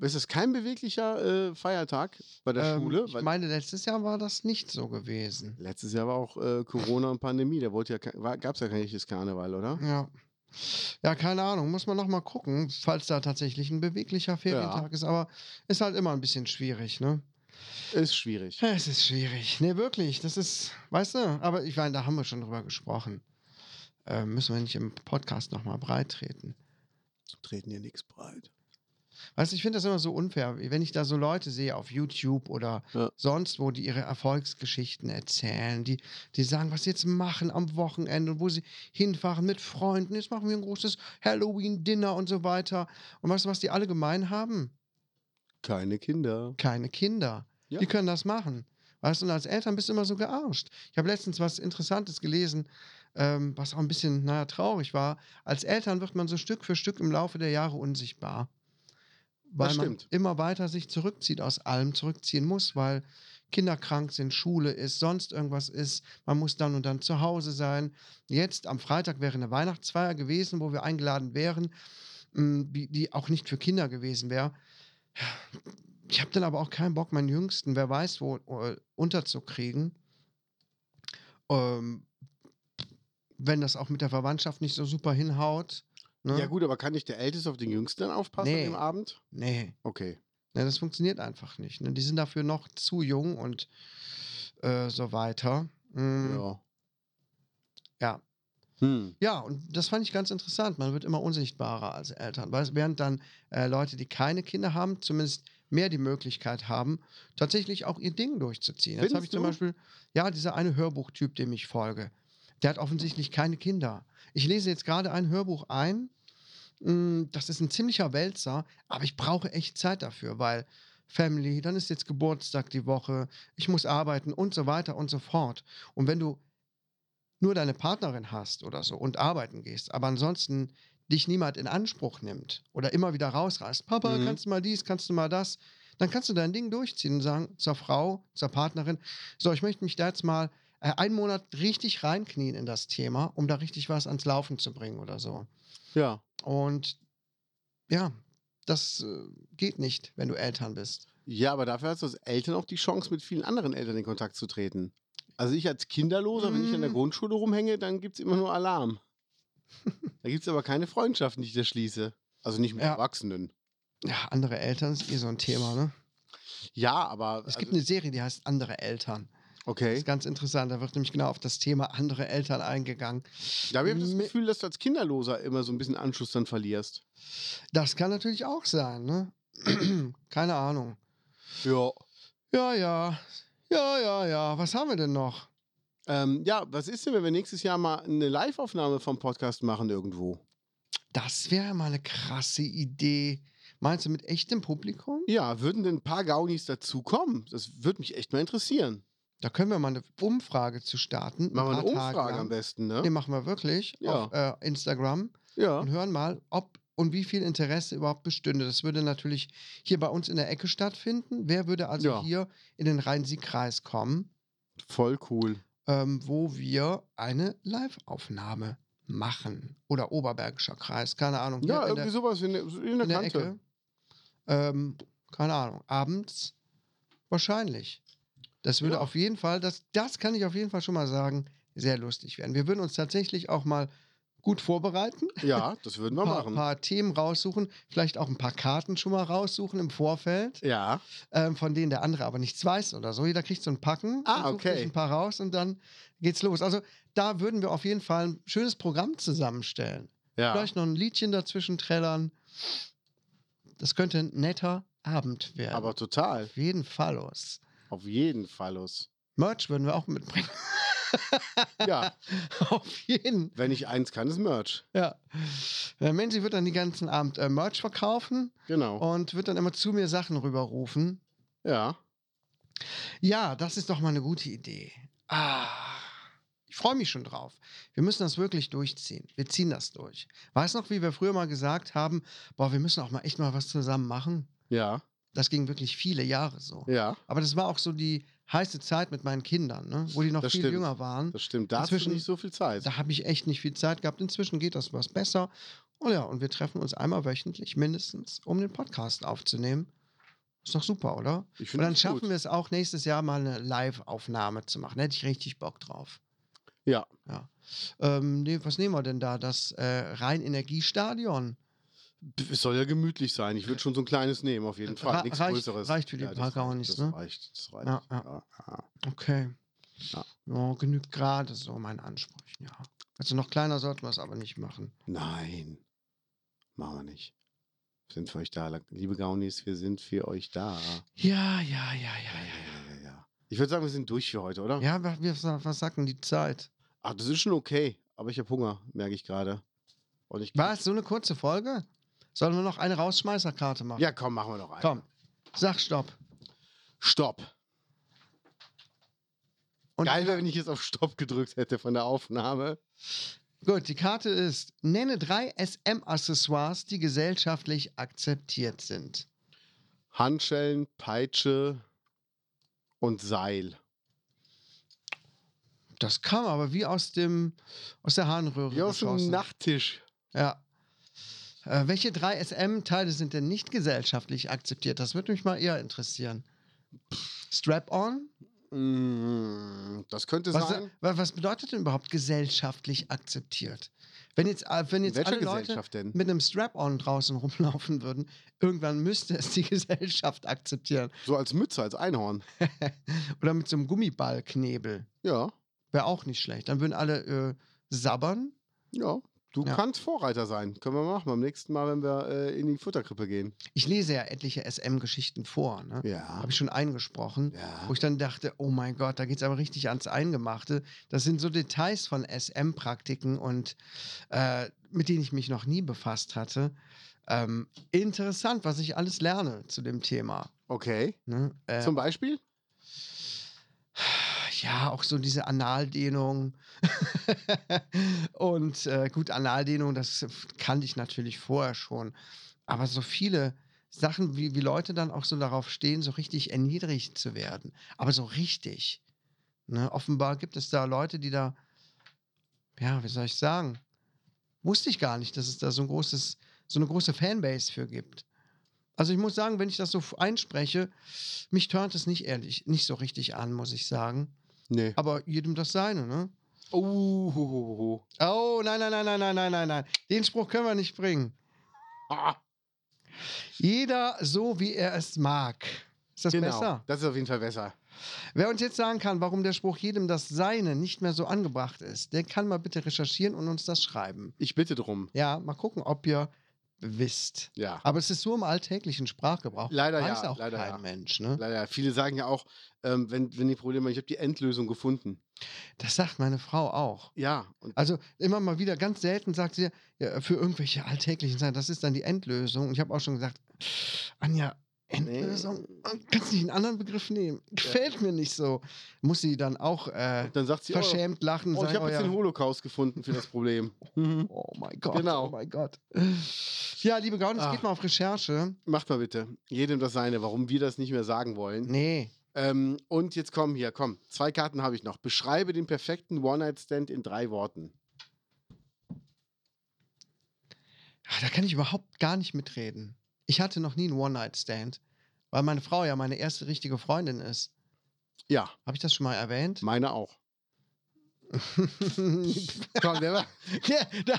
S2: Ist es kein beweglicher äh, Feiertag bei der
S1: Ähm,
S2: Schule?
S1: Ich
S2: Weil
S1: meine, letztes Jahr war das nicht so gewesen.
S2: letztes Jahr war auch äh, Corona und Pandemie. Da wollte ja gab es ja kein richtiges Karneval, oder?
S1: Ja. Ja, keine Ahnung. Muss man noch mal gucken, falls da tatsächlich ein beweglicher Ferientag ist. Aber ist halt immer ein bisschen schwierig, ne?
S2: Ist schwierig.
S1: Es ist schwierig. Nee, wirklich. Das ist, weißt du, aber ich meine, da haben wir schon drüber gesprochen. Äh, müssen wir nicht im Podcast nochmal breit treten.
S2: Treten hier nichts breit.
S1: Weißt du, ich finde das immer so unfair, wenn ich da so Leute sehe auf YouTube oder
S2: Ja.
S1: sonst wo, die ihre Erfolgsgeschichten erzählen, die, die sagen, was sie jetzt machen am Wochenende und wo sie hinfahren mit Freunden. Jetzt machen wir ein großes Halloween-Dinner und so weiter. Und weißt du, was die alle gemein haben?
S2: Keine Kinder.
S1: keine Kinder.
S2: Ja.
S1: Die können das machen. Weißt du, und als Eltern bist du immer so gearscht. Ich habe letztens was Interessantes gelesen, ähm, was auch ein bisschen, naja, traurig war. Als Eltern wird man so Stück für Stück im Laufe der Jahre unsichtbar. Weil man
S2: stimmt.
S1: immer weiter sich zurückzieht, aus allem zurückziehen muss, weil Kinder krank sind, Schule ist, sonst irgendwas ist. Man muss dann und dann zu Hause sein. Jetzt am Freitag wäre eine Weihnachtsfeier gewesen, wo wir eingeladen wären, mh, die die auch nicht für Kinder gewesen wäre. Ich habe dann aber auch keinen Bock, meinen Jüngsten, wer weiß wo, äh, unterzukriegen. Ähm, wenn das auch mit der Verwandtschaft nicht so super hinhaut. Ne?
S2: Ja, gut, aber kann nicht der Älteste auf den Jüngsten dann aufpassen
S1: Nee.
S2: am Abend?
S1: Nee,
S2: Okay.
S1: ne, das funktioniert einfach nicht. Ne? Die sind dafür noch zu jung und äh, so weiter. Mm,
S2: Ja.
S1: Ja.
S2: Hm.
S1: Ja, und das fand ich ganz interessant. Man wird immer unsichtbarer als Eltern, weil während dann äh, Leute, die keine Kinder haben, zumindest mehr die Möglichkeit haben, tatsächlich auch ihr Ding durchzuziehen. Jetzt habe ich
S2: Findest
S1: zum
S2: du?
S1: Beispiel, ja, dieser eine Hörbuchtyp, dem ich folge, der hat offensichtlich keine Kinder. Ich lese jetzt gerade ein Hörbuch ein. Mm, Das ist ein ziemlicher Wälzer, aber ich brauche echt Zeit dafür, weil Family, dann ist jetzt Geburtstag die Woche, ich muss arbeiten und so weiter und so fort. Und wenn du nur deine Partnerin hast oder so und arbeiten gehst, aber ansonsten dich niemand in Anspruch nimmt oder immer wieder rausreißt, Papa,
S2: Mhm.
S1: kannst du mal dies, kannst du mal das, dann kannst du dein Ding durchziehen und sagen zur Frau, zur Partnerin, so, ich möchte mich da jetzt mal äh, einen Monat richtig reinknien in das Thema, um da richtig was ans Laufen zu bringen oder so.
S2: Ja.
S1: Und ja, das äh, geht nicht, wenn du Eltern bist.
S2: Ja, aber dafür hast du als Eltern auch die Chance, mit vielen anderen Eltern in Kontakt zu treten. Also ich als Kinderloser, wenn ich in der
S1: Mm.
S2: Grundschule rumhänge, dann gibt es immer nur Alarm. da gibt es aber keine Freundschaften, die ich da schließe. Also nicht mit
S1: Ja.
S2: Erwachsenen.
S1: Ja, andere Eltern ist eh so ein Thema, ne?
S2: Ja, aber.
S1: Es gibt
S2: also,
S1: eine Serie, die heißt Andere Eltern. Das
S2: okay.
S1: ist ganz interessant. Da wird nämlich genau auf das Thema andere Eltern eingegangen.
S2: Da habe ich das
S1: Mi-
S2: Gefühl, dass du als Kinderloser immer so ein bisschen Anschluss dann verlierst.
S1: Das kann natürlich auch sein, ne? Keine Ahnung.
S2: Ja.
S1: Ja, ja. Ja, ja, ja. Was haben wir denn noch?
S2: Ähm, ja, was ist denn, wenn wir nächstes Jahr mal eine Live-Aufnahme vom Podcast machen irgendwo?
S1: Das wäre mal eine krasse Idee. Meinst du mit echtem Publikum?
S2: Ja, würden denn ein paar Gaunis dazukommen? Das würde mich echt mal interessieren.
S1: Da können wir mal eine Umfrage zu starten. ein
S2: Machen wir eine
S1: paar Tage
S2: Umfrage
S1: lang.
S2: am besten, ne?
S1: Nee, machen wir wirklich
S2: Ja.
S1: auf äh, Instagram
S2: Ja.
S1: und hören mal, ob und wie viel Interesse überhaupt bestünde. Das würde natürlich hier bei uns in der Ecke stattfinden. Wer würde also
S2: Ja.
S1: hier in den Rhein-Sieg-Kreis kommen,
S2: Voll cool.
S1: ähm, wo wir eine Live-Aufnahme machen? Oder Oberbergischer Kreis, keine Ahnung. hier
S2: Ja,
S1: in
S2: irgendwie
S1: der-
S2: sowas in der, in der
S1: in der
S2: Kante.
S1: Ecke. Ähm, keine Ahnung. Abends wahrscheinlich. Das würde
S2: Ja.
S1: auf jeden Fall, das, das kann ich auf jeden Fall schon mal sagen, sehr lustig werden. Wir würden uns tatsächlich auch mal gut vorbereiten,
S2: Ja, das würden wir
S1: ein paar,
S2: machen.
S1: paar Themen raussuchen, vielleicht auch ein paar Karten schon mal raussuchen im Vorfeld,
S2: Ja.
S1: ähm, von denen der andere aber nichts weiß oder so. Jeder kriegt so ein Packen,
S2: Ah,
S1: und sucht sich
S2: okay.
S1: ein paar raus und dann geht's los. Also da würden wir auf jeden Fall ein schönes Programm zusammenstellen.
S2: Ja.
S1: Vielleicht noch ein Liedchen dazwischen trällern. Das könnte ein netter Abend werden.
S2: Aber total.
S1: auf jeden Fall los.
S2: Auf jeden Fall los.
S1: Merch würden wir auch mitbringen.
S2: Ja,
S1: auf jeden.
S2: wenn ich eins kann, ist Merch.
S1: Ja. Äh, Menzi wird dann den ganzen Abend äh, Merch verkaufen
S2: Genau.
S1: und wird dann immer zu mir Sachen rüberrufen.
S2: Ja.
S1: Ja, das ist doch mal eine gute Idee. Ah, ich freue mich schon drauf. Wir müssen das wirklich durchziehen. Wir ziehen das durch. Weißt noch, wie wir früher mal gesagt haben, boah, wir müssen auch mal echt mal was zusammen machen?
S2: Ja.
S1: Das ging wirklich viele Jahre so.
S2: Ja.
S1: Aber das war auch so die heiße Zeit mit meinen Kindern, ne? wo die noch
S2: Das
S1: viel
S2: stimmt.
S1: jünger waren.
S2: Das stimmt. Da hast du
S1: Inzwischen-
S2: nicht so viel Zeit.
S1: Da habe ich echt nicht viel Zeit gehabt. Inzwischen geht das was besser. Oh ja, und wir treffen uns einmal wöchentlich mindestens, um den Podcast aufzunehmen. Ist doch super, oder?
S2: Ich
S1: Und
S2: finde
S1: dann
S2: das
S1: schaffen
S2: gut.
S1: wir es auch nächstes Jahr mal eine Live-Aufnahme zu machen. Hätte ich richtig Bock drauf.
S2: Ja.
S1: ja. Ähm, nee, was nehmen wir denn da? Das äh, Rhein-Energie-Stadion.
S2: Pff, Es soll ja gemütlich sein. Ich würde schon so ein kleines nehmen, auf jeden Fall.
S1: Ra-
S2: Nichts
S1: Äh, reicht-
S2: Größeres.
S1: reicht für die
S2: ja, das
S1: paar
S2: reicht,
S1: Gaunis,
S2: Das
S1: ne?
S2: reicht. Das reicht.
S1: Ja,
S2: Ja,
S1: ja.
S2: ja.
S1: Okay.
S2: Ja.
S1: Ja, genügt gerade so mein Anspruch, ja. Also noch kleiner sollten wir es aber nicht machen.
S2: Nein. Machen wir nicht. Wir sind für euch da. Liebe Gaunis, wir sind für euch da.
S1: Ja, ja, ja, ja, ja.
S2: ja, ja, ja. Ich würde sagen, wir sind durch für heute, oder?
S1: Ja, wa- wir, sa- was sagt denn die Zeit?
S2: Ach, das ist schon okay. Aber ich habe Hunger, merke ich gerade. Und ich
S1: War es so eine kurze Folge? Sollen wir noch eine Rausschmeißerkarte machen?
S2: Ja, komm, machen wir noch einen.
S1: Komm, sag Stopp.
S2: Stopp.
S1: Und
S2: Geil wäre, wenn ich jetzt auf Stopp gedrückt hätte von der Aufnahme.
S1: Gut, die Karte ist, nenne drei SM-Accessoires, die gesellschaftlich akzeptiert sind.
S2: Handschellen, Peitsche und Seil.
S1: Das kam aber wie aus dem, aus der Harnröhre
S2: Ja, aus dem
S1: geschossen.
S2: Nachttisch.
S1: Ja. Äh, welche drei SM-Teile sind denn nicht gesellschaftlich akzeptiert? Das würde mich mal eher interessieren. Strap-on?
S2: Mm, Das könnte
S1: Was,
S2: sein.
S1: äh, wa- was bedeutet denn überhaupt gesellschaftlich akzeptiert? Wenn jetzt, äh, wenn
S2: In
S1: jetzt
S2: welcher
S1: alle Leute
S2: Gesellschaft denn?
S1: mit einem Strap-on draußen rumlaufen würden, irgendwann müsste es die Gesellschaft akzeptieren.
S2: So als Mütze, als Einhorn.
S1: Oder mit so einem Gummiballknebel.
S2: Ja,
S1: Wäre auch nicht schlecht. Dann würden alle äh, sabbern.
S2: ja. Du
S1: Ja.
S2: kannst Vorreiter sein. Können wir machen beim nächsten Mal, wenn wir äh, in die Futterkrippe gehen.
S1: Ich lese ja etliche SM-Geschichten vor. Ne?
S2: Ja.
S1: Habe ich schon eingesprochen.
S2: Ja.
S1: Wo ich dann dachte, oh mein Gott, da geht es aber richtig ans Eingemachte. Das sind so Details von SM-Praktiken und äh, mit denen ich mich noch nie befasst hatte. Ähm, interessant, was ich alles lerne zu dem Thema.
S2: Okay.
S1: Ne? Äh,
S2: Zum Beispiel?
S1: ja, auch so diese Analdehnung. und äh, gut, Analdehnung, das kannte ich natürlich vorher schon. Aber so viele Sachen, wie, wie Leute dann auch so darauf stehen, so richtig erniedrigt zu werden. Aber so richtig. Ne? Offenbar gibt es da Leute, die da, ja, wie soll ich sagen, wusste ich gar nicht, dass es da so ein großes, so eine große Fanbase für gibt. Also ich muss sagen, wenn ich das so f- einspreche, mich turnt es nicht ehrlich, nicht so richtig an, muss ich sagen.
S2: Nee.
S1: Aber jedem das seine, ne?
S2: Oh, ho, ho, ho.
S1: Oh, nein, nein, nein, nein, nein, nein, nein, nein. Den Spruch können wir nicht bringen.
S2: Ah,
S1: Jeder so, wie er es mag. Ist das
S2: genau.
S1: besser?
S2: Das ist auf jeden Fall besser.
S1: Wer uns jetzt sagen kann, warum der Spruch jedem das Seine nicht mehr so angebracht ist, der kann mal bitte recherchieren und uns das schreiben.
S2: Ich bitte drum.
S1: Ja, mal gucken, ob ihr wisst.
S2: Ja.
S1: Aber es ist so im alltäglichen Sprachgebrauch.
S2: Leider
S1: Weiß
S2: ja,
S1: auch
S2: leider
S1: kein
S2: ja.
S1: Mensch. Ne?
S2: Leider. Viele sagen ja auch, ähm, wenn, wenn die Probleme, ich habe die Endlösung gefunden.
S1: Das sagt meine Frau auch.
S2: Ja. Und
S1: Also immer mal wieder, ganz selten sagt sie, ja, für irgendwelche alltäglichen Sachen, das ist dann die Endlösung. Und ich habe auch schon gesagt, Anja, Endlösung, kannst du nicht einen anderen Begriff nehmen? Gefällt mir nicht so. Muss sie dann auch äh,
S2: dann sagt sie, oh,
S1: verschämt lachen und
S2: oh, ich
S1: sagen,
S2: habe
S1: oh,
S2: jetzt den
S1: ja,
S2: Holocaust gefunden für das Problem. Mhm.
S1: oh mein Gott,
S2: Genau.
S1: oh mein Gott. Ja, liebe Gaunis,
S2: Ah.
S1: geht mal auf Recherche.
S2: Macht mal bitte. Jedem das seine, warum wir das nicht mehr sagen wollen.
S1: Nee,
S2: Ähm, und jetzt komm hier, komm. Zwei Karten habe ich noch. Beschreibe den perfekten One-Night-Stand in drei Worten.
S1: Ah, da kann ich überhaupt gar nicht mitreden. Ich hatte noch nie einen One-Night-Stand, weil meine Frau ja meine erste richtige Freundin ist.
S2: Ja,
S1: Habe ich das schon mal erwähnt?
S2: meine auch. komm, der war.
S1: Ja, da,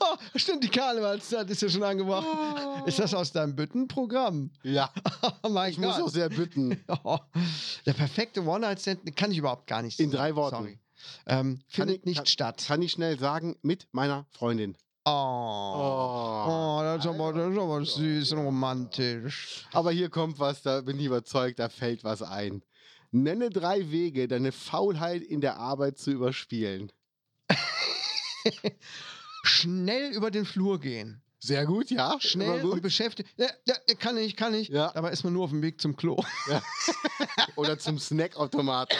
S1: oh, stimmt, die Karnevalszeit ist ja schon angebrochen. Ist das aus deinem Büttenprogramm?
S2: Ja,
S1: Oh mein
S2: Oh. ich muss auch sehr bitten.
S1: Oh, der perfekte One-Night-Stand kann ich überhaupt gar nicht.
S2: In
S1: sagen,
S2: drei Worten.
S1: Sorry. Ähm, findet
S2: ich-
S1: nicht
S2: kann-
S1: statt.
S2: Kann ich schnell sagen, mit meiner Freundin.
S1: oh.
S2: Oh.
S1: Oh, das ist aber, das ist aber
S2: Ja,
S1: süß und
S2: ja.
S1: romantisch.
S2: Aber hier kommt was, da bin ich überzeugt, da fällt was ein. Nenne drei Wege, deine Faulheit in der Arbeit zu überspielen.
S1: Schnell über den Flur gehen.
S2: Sehr gut, ja.
S1: Schnell
S2: Immer gut.
S1: und beschäftigt. Ja, ja, kann ich, kann ich.
S2: Ja.
S1: Dabei ist man nur auf dem Weg zum Klo.
S2: Oder zum Snackautomaten.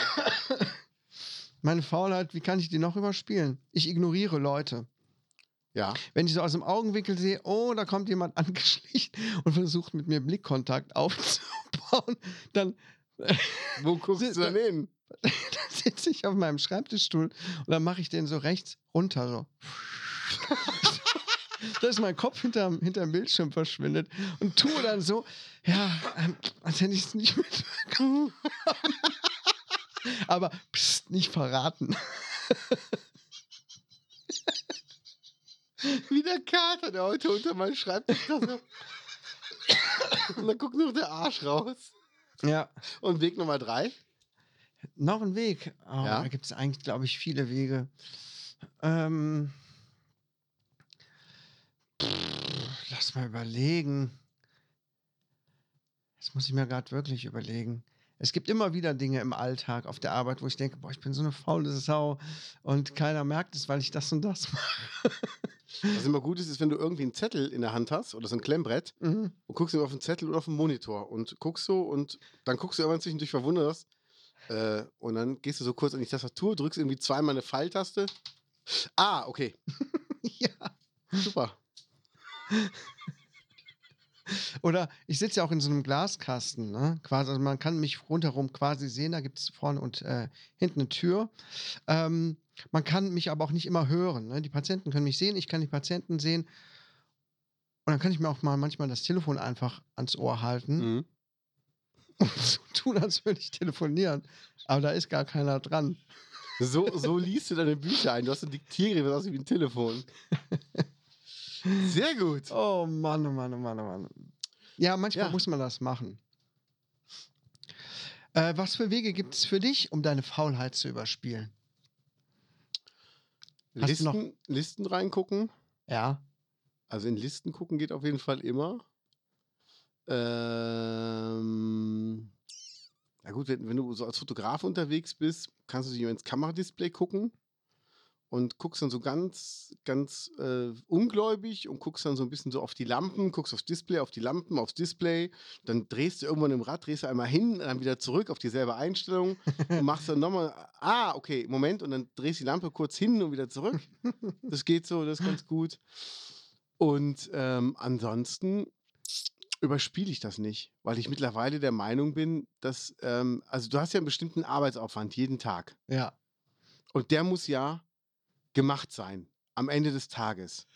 S1: Meine Faulheit, wie kann ich die noch überspielen? Ich ignoriere Leute.
S2: Ja.
S1: wenn ich so aus dem Augenwinkel sehe, oh, da kommt jemand angeschlichen und versucht mit mir Blickkontakt aufzubauen, dann
S2: Wo guckst du denn hin?
S1: sitze ich auf meinem Schreibtischstuhl und dann mache ich den so rechts runter, so. Dass mein Kopf hinterm, hinterm Bildschirm verschwindet und tue dann so, ja, ähm, als hätte ich es nicht mitbekommen. Aber pst, nicht verraten.
S2: Wie der Kater, der heute unter meinem Schreibtisch da so. Und dann guckt nur der Arsch raus.
S1: Ja.
S2: Und Weg Nummer drei.
S1: Noch ein Weg. Oh,
S2: Ja.
S1: Da gibt es eigentlich, glaube ich, viele Wege. Ähm, pff, lass mal überlegen. Das muss ich mir gerade wirklich überlegen. Es gibt immer wieder Dinge im Alltag auf der Arbeit, wo ich denke, boah, ich bin so eine faule Sau und keiner merkt es, weil ich das und das mache.
S2: Was immer gut ist, ist, wenn du irgendwie einen Zettel in der Hand hast oder so ein Klemmbrett
S1: Mhm.
S2: und guckst immer auf den Zettel oder auf den Monitor und guckst so und dann guckst du irgendwann zwischendurch verwundert äh, und dann gehst du so kurz an die Tastatur, drückst irgendwie zweimal eine Pfeiltaste. Ah, okay,
S1: ja.
S2: super.
S1: Oder ich sitze ja auch in so einem Glaskasten, ne? Quasi, also man kann mich rundherum quasi sehen, da gibt es vorne und äh, hinten eine Tür. Ähm, man kann mich aber auch nicht immer hören. Ne? Die Patienten können mich sehen, ich kann die Patienten sehen. Und dann kann ich mir auch mal manchmal das Telefon einfach ans Ohr halten
S2: Mhm.
S1: und so tun, als würde ich telefonieren. Aber da ist gar keiner dran.
S2: So, so liest du deine Bücher ein. Du hast ein Diktiere, das aussieht wie ein Telefon. Sehr gut.
S1: Oh Mann, oh Mann, oh Mann, oh Mann. Ja, manchmal
S2: Ja.
S1: muss man das machen. Äh, was für Wege gibt es für dich, um deine Faulheit zu überspielen? Hast du
S2: Listen,
S1: noch-
S2: Listen reingucken.
S1: Ja.
S2: Also in Listen gucken geht auf jeden Fall immer. Ähm, na gut, wenn, wenn du so als Fotograf unterwegs bist, kannst du dich ins Kameradisplay gucken und guckst dann so ganz, ganz äh, ungläubig und guckst dann so ein bisschen so auf die Lampen, guckst aufs Display, auf die Lampen, aufs Display, dann drehst du irgendwann im Rad, drehst du einmal hin, dann wieder zurück auf dieselbe Einstellung und machst dann nochmal, ah, okay, Moment, und dann drehst die Lampe kurz hin und wieder zurück. Das geht so, das ist ganz gut. Und ähm, ansonsten überspiele ich das nicht, weil ich mittlerweile der Meinung bin, dass, ähm, also du hast ja einen bestimmten Arbeitsaufwand jeden Tag.
S1: Ja.
S2: Und der muss ja gemacht sein am Ende des Tages.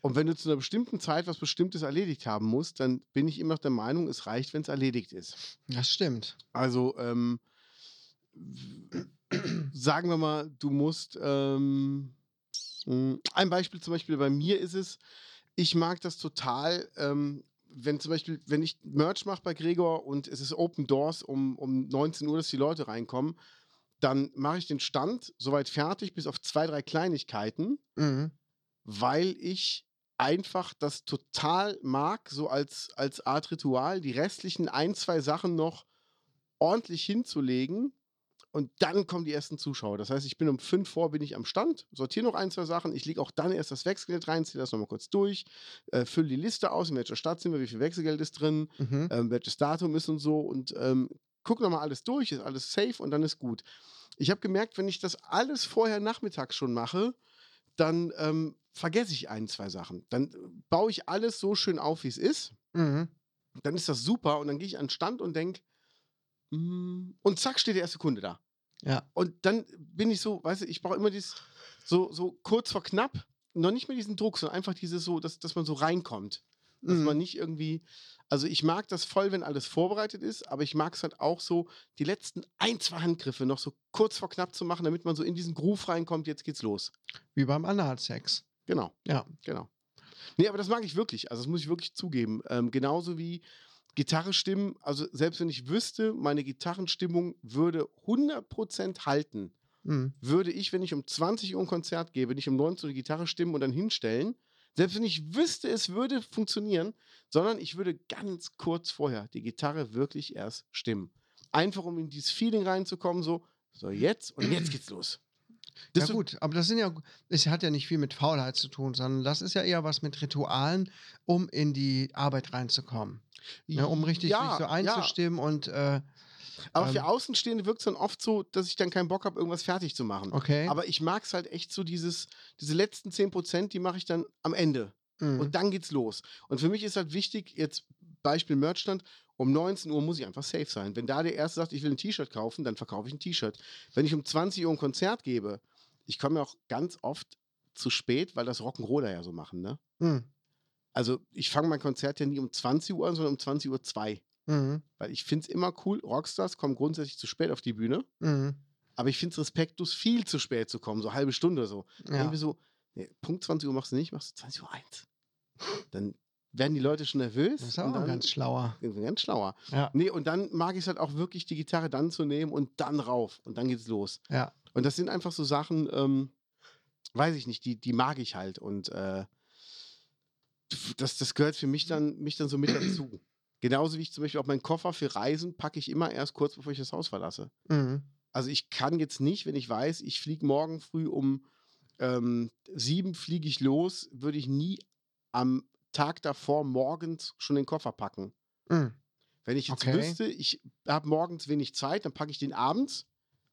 S2: Und wenn du zu einer bestimmten Zeit was Bestimmtes erledigt haben musst, dann bin ich immer noch der Meinung, es reicht, wenn es erledigt ist.
S1: Das stimmt.
S2: Also, ähm, sagen wir mal, du musst. Ähm, mh, ein Beispiel zum Beispiel bei mir ist es, ich mag das total, ähm, wenn zum Beispiel, wenn ich Merch mache bei Gregor und es ist Open Doors um, um 19 Uhr, dass die Leute reinkommen, dann mache ich den Stand soweit fertig, bis auf zwei, drei Kleinigkeiten
S1: Mhm.
S2: weil ich einfach das total mag, so als, als Art Ritual, die restlichen ein, zwei Sachen noch ordentlich hinzulegen. Und dann kommen die ersten Zuschauer. Das heißt, ich bin um fünf vor, bin ich am Stand, sortiere noch ein, zwei Sachen. Ich lege auch dann erst das Wechselgeld rein, ziehe das nochmal kurz durch, äh, fülle die Liste aus, in welcher Stadt sind wir, wie viel Wechselgeld ist drin,
S1: Mhm.
S2: ähm, welches Datum ist und so und ähm, guck nochmal alles durch, ist alles safe und dann ist gut. Ich habe gemerkt, wenn ich das alles vorher nachmittags schon mache, dann ähm, vergesse ich ein, zwei Sachen. Dann äh, baue ich alles so schön auf, wie es ist.
S1: Mhm.
S2: Dann ist das super und dann gehe ich an den Stand und denke, und zack, steht der erste Kunde da.
S1: Ja.
S2: Und dann bin ich so, weißt du, ich brauche immer dieses, so, so kurz vor knapp, noch nicht mehr diesen Druck, sondern einfach dieses so, dass, dass man so reinkommt. Dass
S1: Mhm.
S2: man nicht irgendwie. Also ich mag das voll, wenn alles vorbereitet ist, aber ich mag es halt auch so, die letzten ein, zwei Handgriffe noch so kurz vor knapp zu machen, damit man so in diesen Groove reinkommt, jetzt geht's los.
S1: Wie beim Analsex.
S2: Genau.
S1: Ja.
S2: Genau. Nee, aber das mag ich wirklich. Also das muss ich wirklich zugeben. Ähm, genauso wie Gitarre stimmen. Also selbst wenn ich wüsste, meine Gitarrenstimmung würde 100% halten,
S1: Mhm.
S2: würde ich, wenn ich um 20 Uhr ein Konzert gebe, nicht um 19 Uhr die Gitarre stimmen und dann hinstellen, selbst wenn ich wüsste, es würde funktionieren, sondern ich würde ganz kurz vorher die Gitarre wirklich erst stimmen. Einfach um in dieses Feeling reinzukommen, so, so jetzt und jetzt geht's los.
S1: Ja
S2: Das so-
S1: gut, aber das sind ja, es hat ja nicht viel mit Faulheit zu tun, sondern das ist ja eher was mit Ritualen, um in die Arbeit reinzukommen. Ne, um richtig sich so einzustimmen und äh,
S2: Ja, aber
S1: ähm,
S2: für Außenstehende wirkt es dann oft so, dass ich dann keinen Bock habe, irgendwas fertig zu machen.
S1: okay.
S2: Aber ich mag es halt echt so dieses, diese letzten 10%, die mache ich dann am Ende.
S1: mhm.
S2: Und dann geht's los. Und für mich ist halt wichtig, jetzt Beispiel Merchstand, um 19 Uhr muss ich einfach safe sein. Wenn da der Erste sagt, ich will ein T-Shirt kaufen, dann verkaufe ich ein T-Shirt. Wenn ich um 20 Uhr ein Konzert gebe, ich komme ja auch ganz oft zu spät, weil das Rock'n'Roller ja so machen, ne?
S1: Mhm.
S2: Also ich fange mein Konzert ja nie um 20 Uhr an, sondern um 20 Uhr 2.
S1: Mhm.
S2: Weil ich finde es immer cool, Rockstars kommen grundsätzlich zu spät auf die Bühne,
S1: Mhm.
S2: aber ich finde es respektlos, viel zu spät zu kommen, so halbe Stunde oder so.
S1: Ja.
S2: Irgendwie so, nee, Punkt 20 Uhr machst du nicht, machst du 20 Uhr 1. Dann werden die Leute schon nervös.
S1: Das ist
S2: und
S1: auch
S2: dann,
S1: ganz schlauer.
S2: irgendwie ganz schlauer.
S1: Ja.
S2: Nee, und dann mag ich es halt auch wirklich, die Gitarre dann zu nehmen und dann rauf. Und dann geht's los.
S1: Ja.
S2: Und das sind einfach so Sachen, ähm, weiß ich nicht, die, die mag ich halt. Und äh, pf, das, das gehört für mich dann, mich dann so mit dazu. Genauso wie ich zum Beispiel auch meinen Koffer für Reisen packe ich immer erst kurz, bevor ich das Haus verlasse.
S1: Mhm.
S2: Also ich kann jetzt nicht, wenn ich weiß, ich fliege morgen früh um ähm, sieben fliege ich los, würde ich nie am Tag davor morgens schon den Koffer packen.
S1: Mhm.
S2: Wenn ich jetzt
S1: Okay.
S2: wüsste, ich habe morgens wenig Zeit, dann packe ich den abends,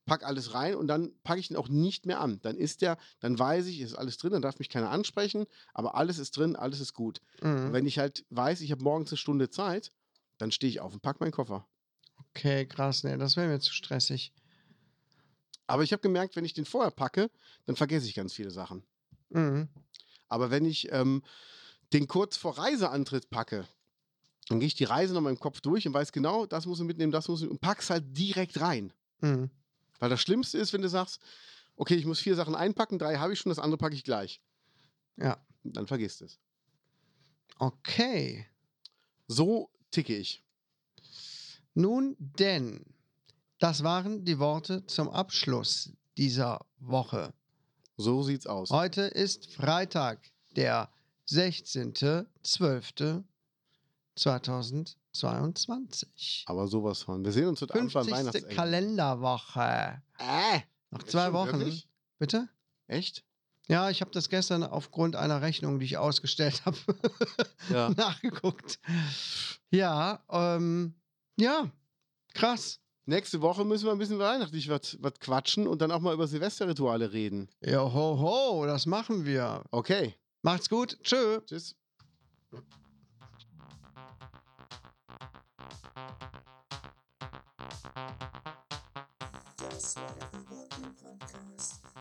S2: packe alles rein und dann packe ich den auch nicht mehr an. Dann ist der, dann weiß ich, ist alles drin, dann darf mich keiner ansprechen, aber alles ist drin, alles ist gut. Und
S1: Mhm.
S2: wenn ich halt weiß, ich habe morgens eine Stunde Zeit, dann stehe ich auf und packe meinen Koffer.
S1: Okay, krass, nee, das wäre mir zu stressig.
S2: Aber ich habe gemerkt, wenn ich den vorher packe, dann vergesse ich ganz viele Sachen.
S1: Mhm.
S2: Aber wenn ich ähm, den kurz vor Reiseantritt packe, dann gehe ich die Reise noch mal im Kopf durch und weiß genau, das muss ich mitnehmen, das muss ich und pack's halt direkt rein.
S1: Mhm.
S2: Weil das Schlimmste ist, wenn du sagst, okay, ich muss vier Sachen einpacken, drei habe ich schon, das andere packe ich gleich.
S1: Ja.
S2: Dann vergisst es.
S1: Okay.
S2: So ticke ich.
S1: Nun denn, das waren die Worte zum Abschluss dieser Woche.
S2: So sieht's aus.
S1: Heute ist Freitag, der 16.12.2022.
S2: Aber sowas von. Wir sehen uns heute Abend beim
S1: 50.
S2: Weihnachtsengel.
S1: Kalenderwoche.
S2: äh,
S1: Noch
S2: jetzt
S1: zwei
S2: schon,
S1: Wochen. hm?
S2: wirklich?
S1: Bitte?
S2: Echt?
S1: Ja, ich habe das gestern aufgrund einer Rechnung, die ich ausgestellt habe,
S2: Ja.
S1: nachgeguckt. Ja, ähm, ja, krass.
S2: Nächste Woche müssen wir ein bisschen weihnachtlich was was quatschen und dann auch mal über Silvesterrituale reden.
S1: Ja, ho, ho, das machen wir.
S2: Okay,
S1: Macht's gut. Tschö.
S2: tschüss.
S7: Das war der Reporting Podcast.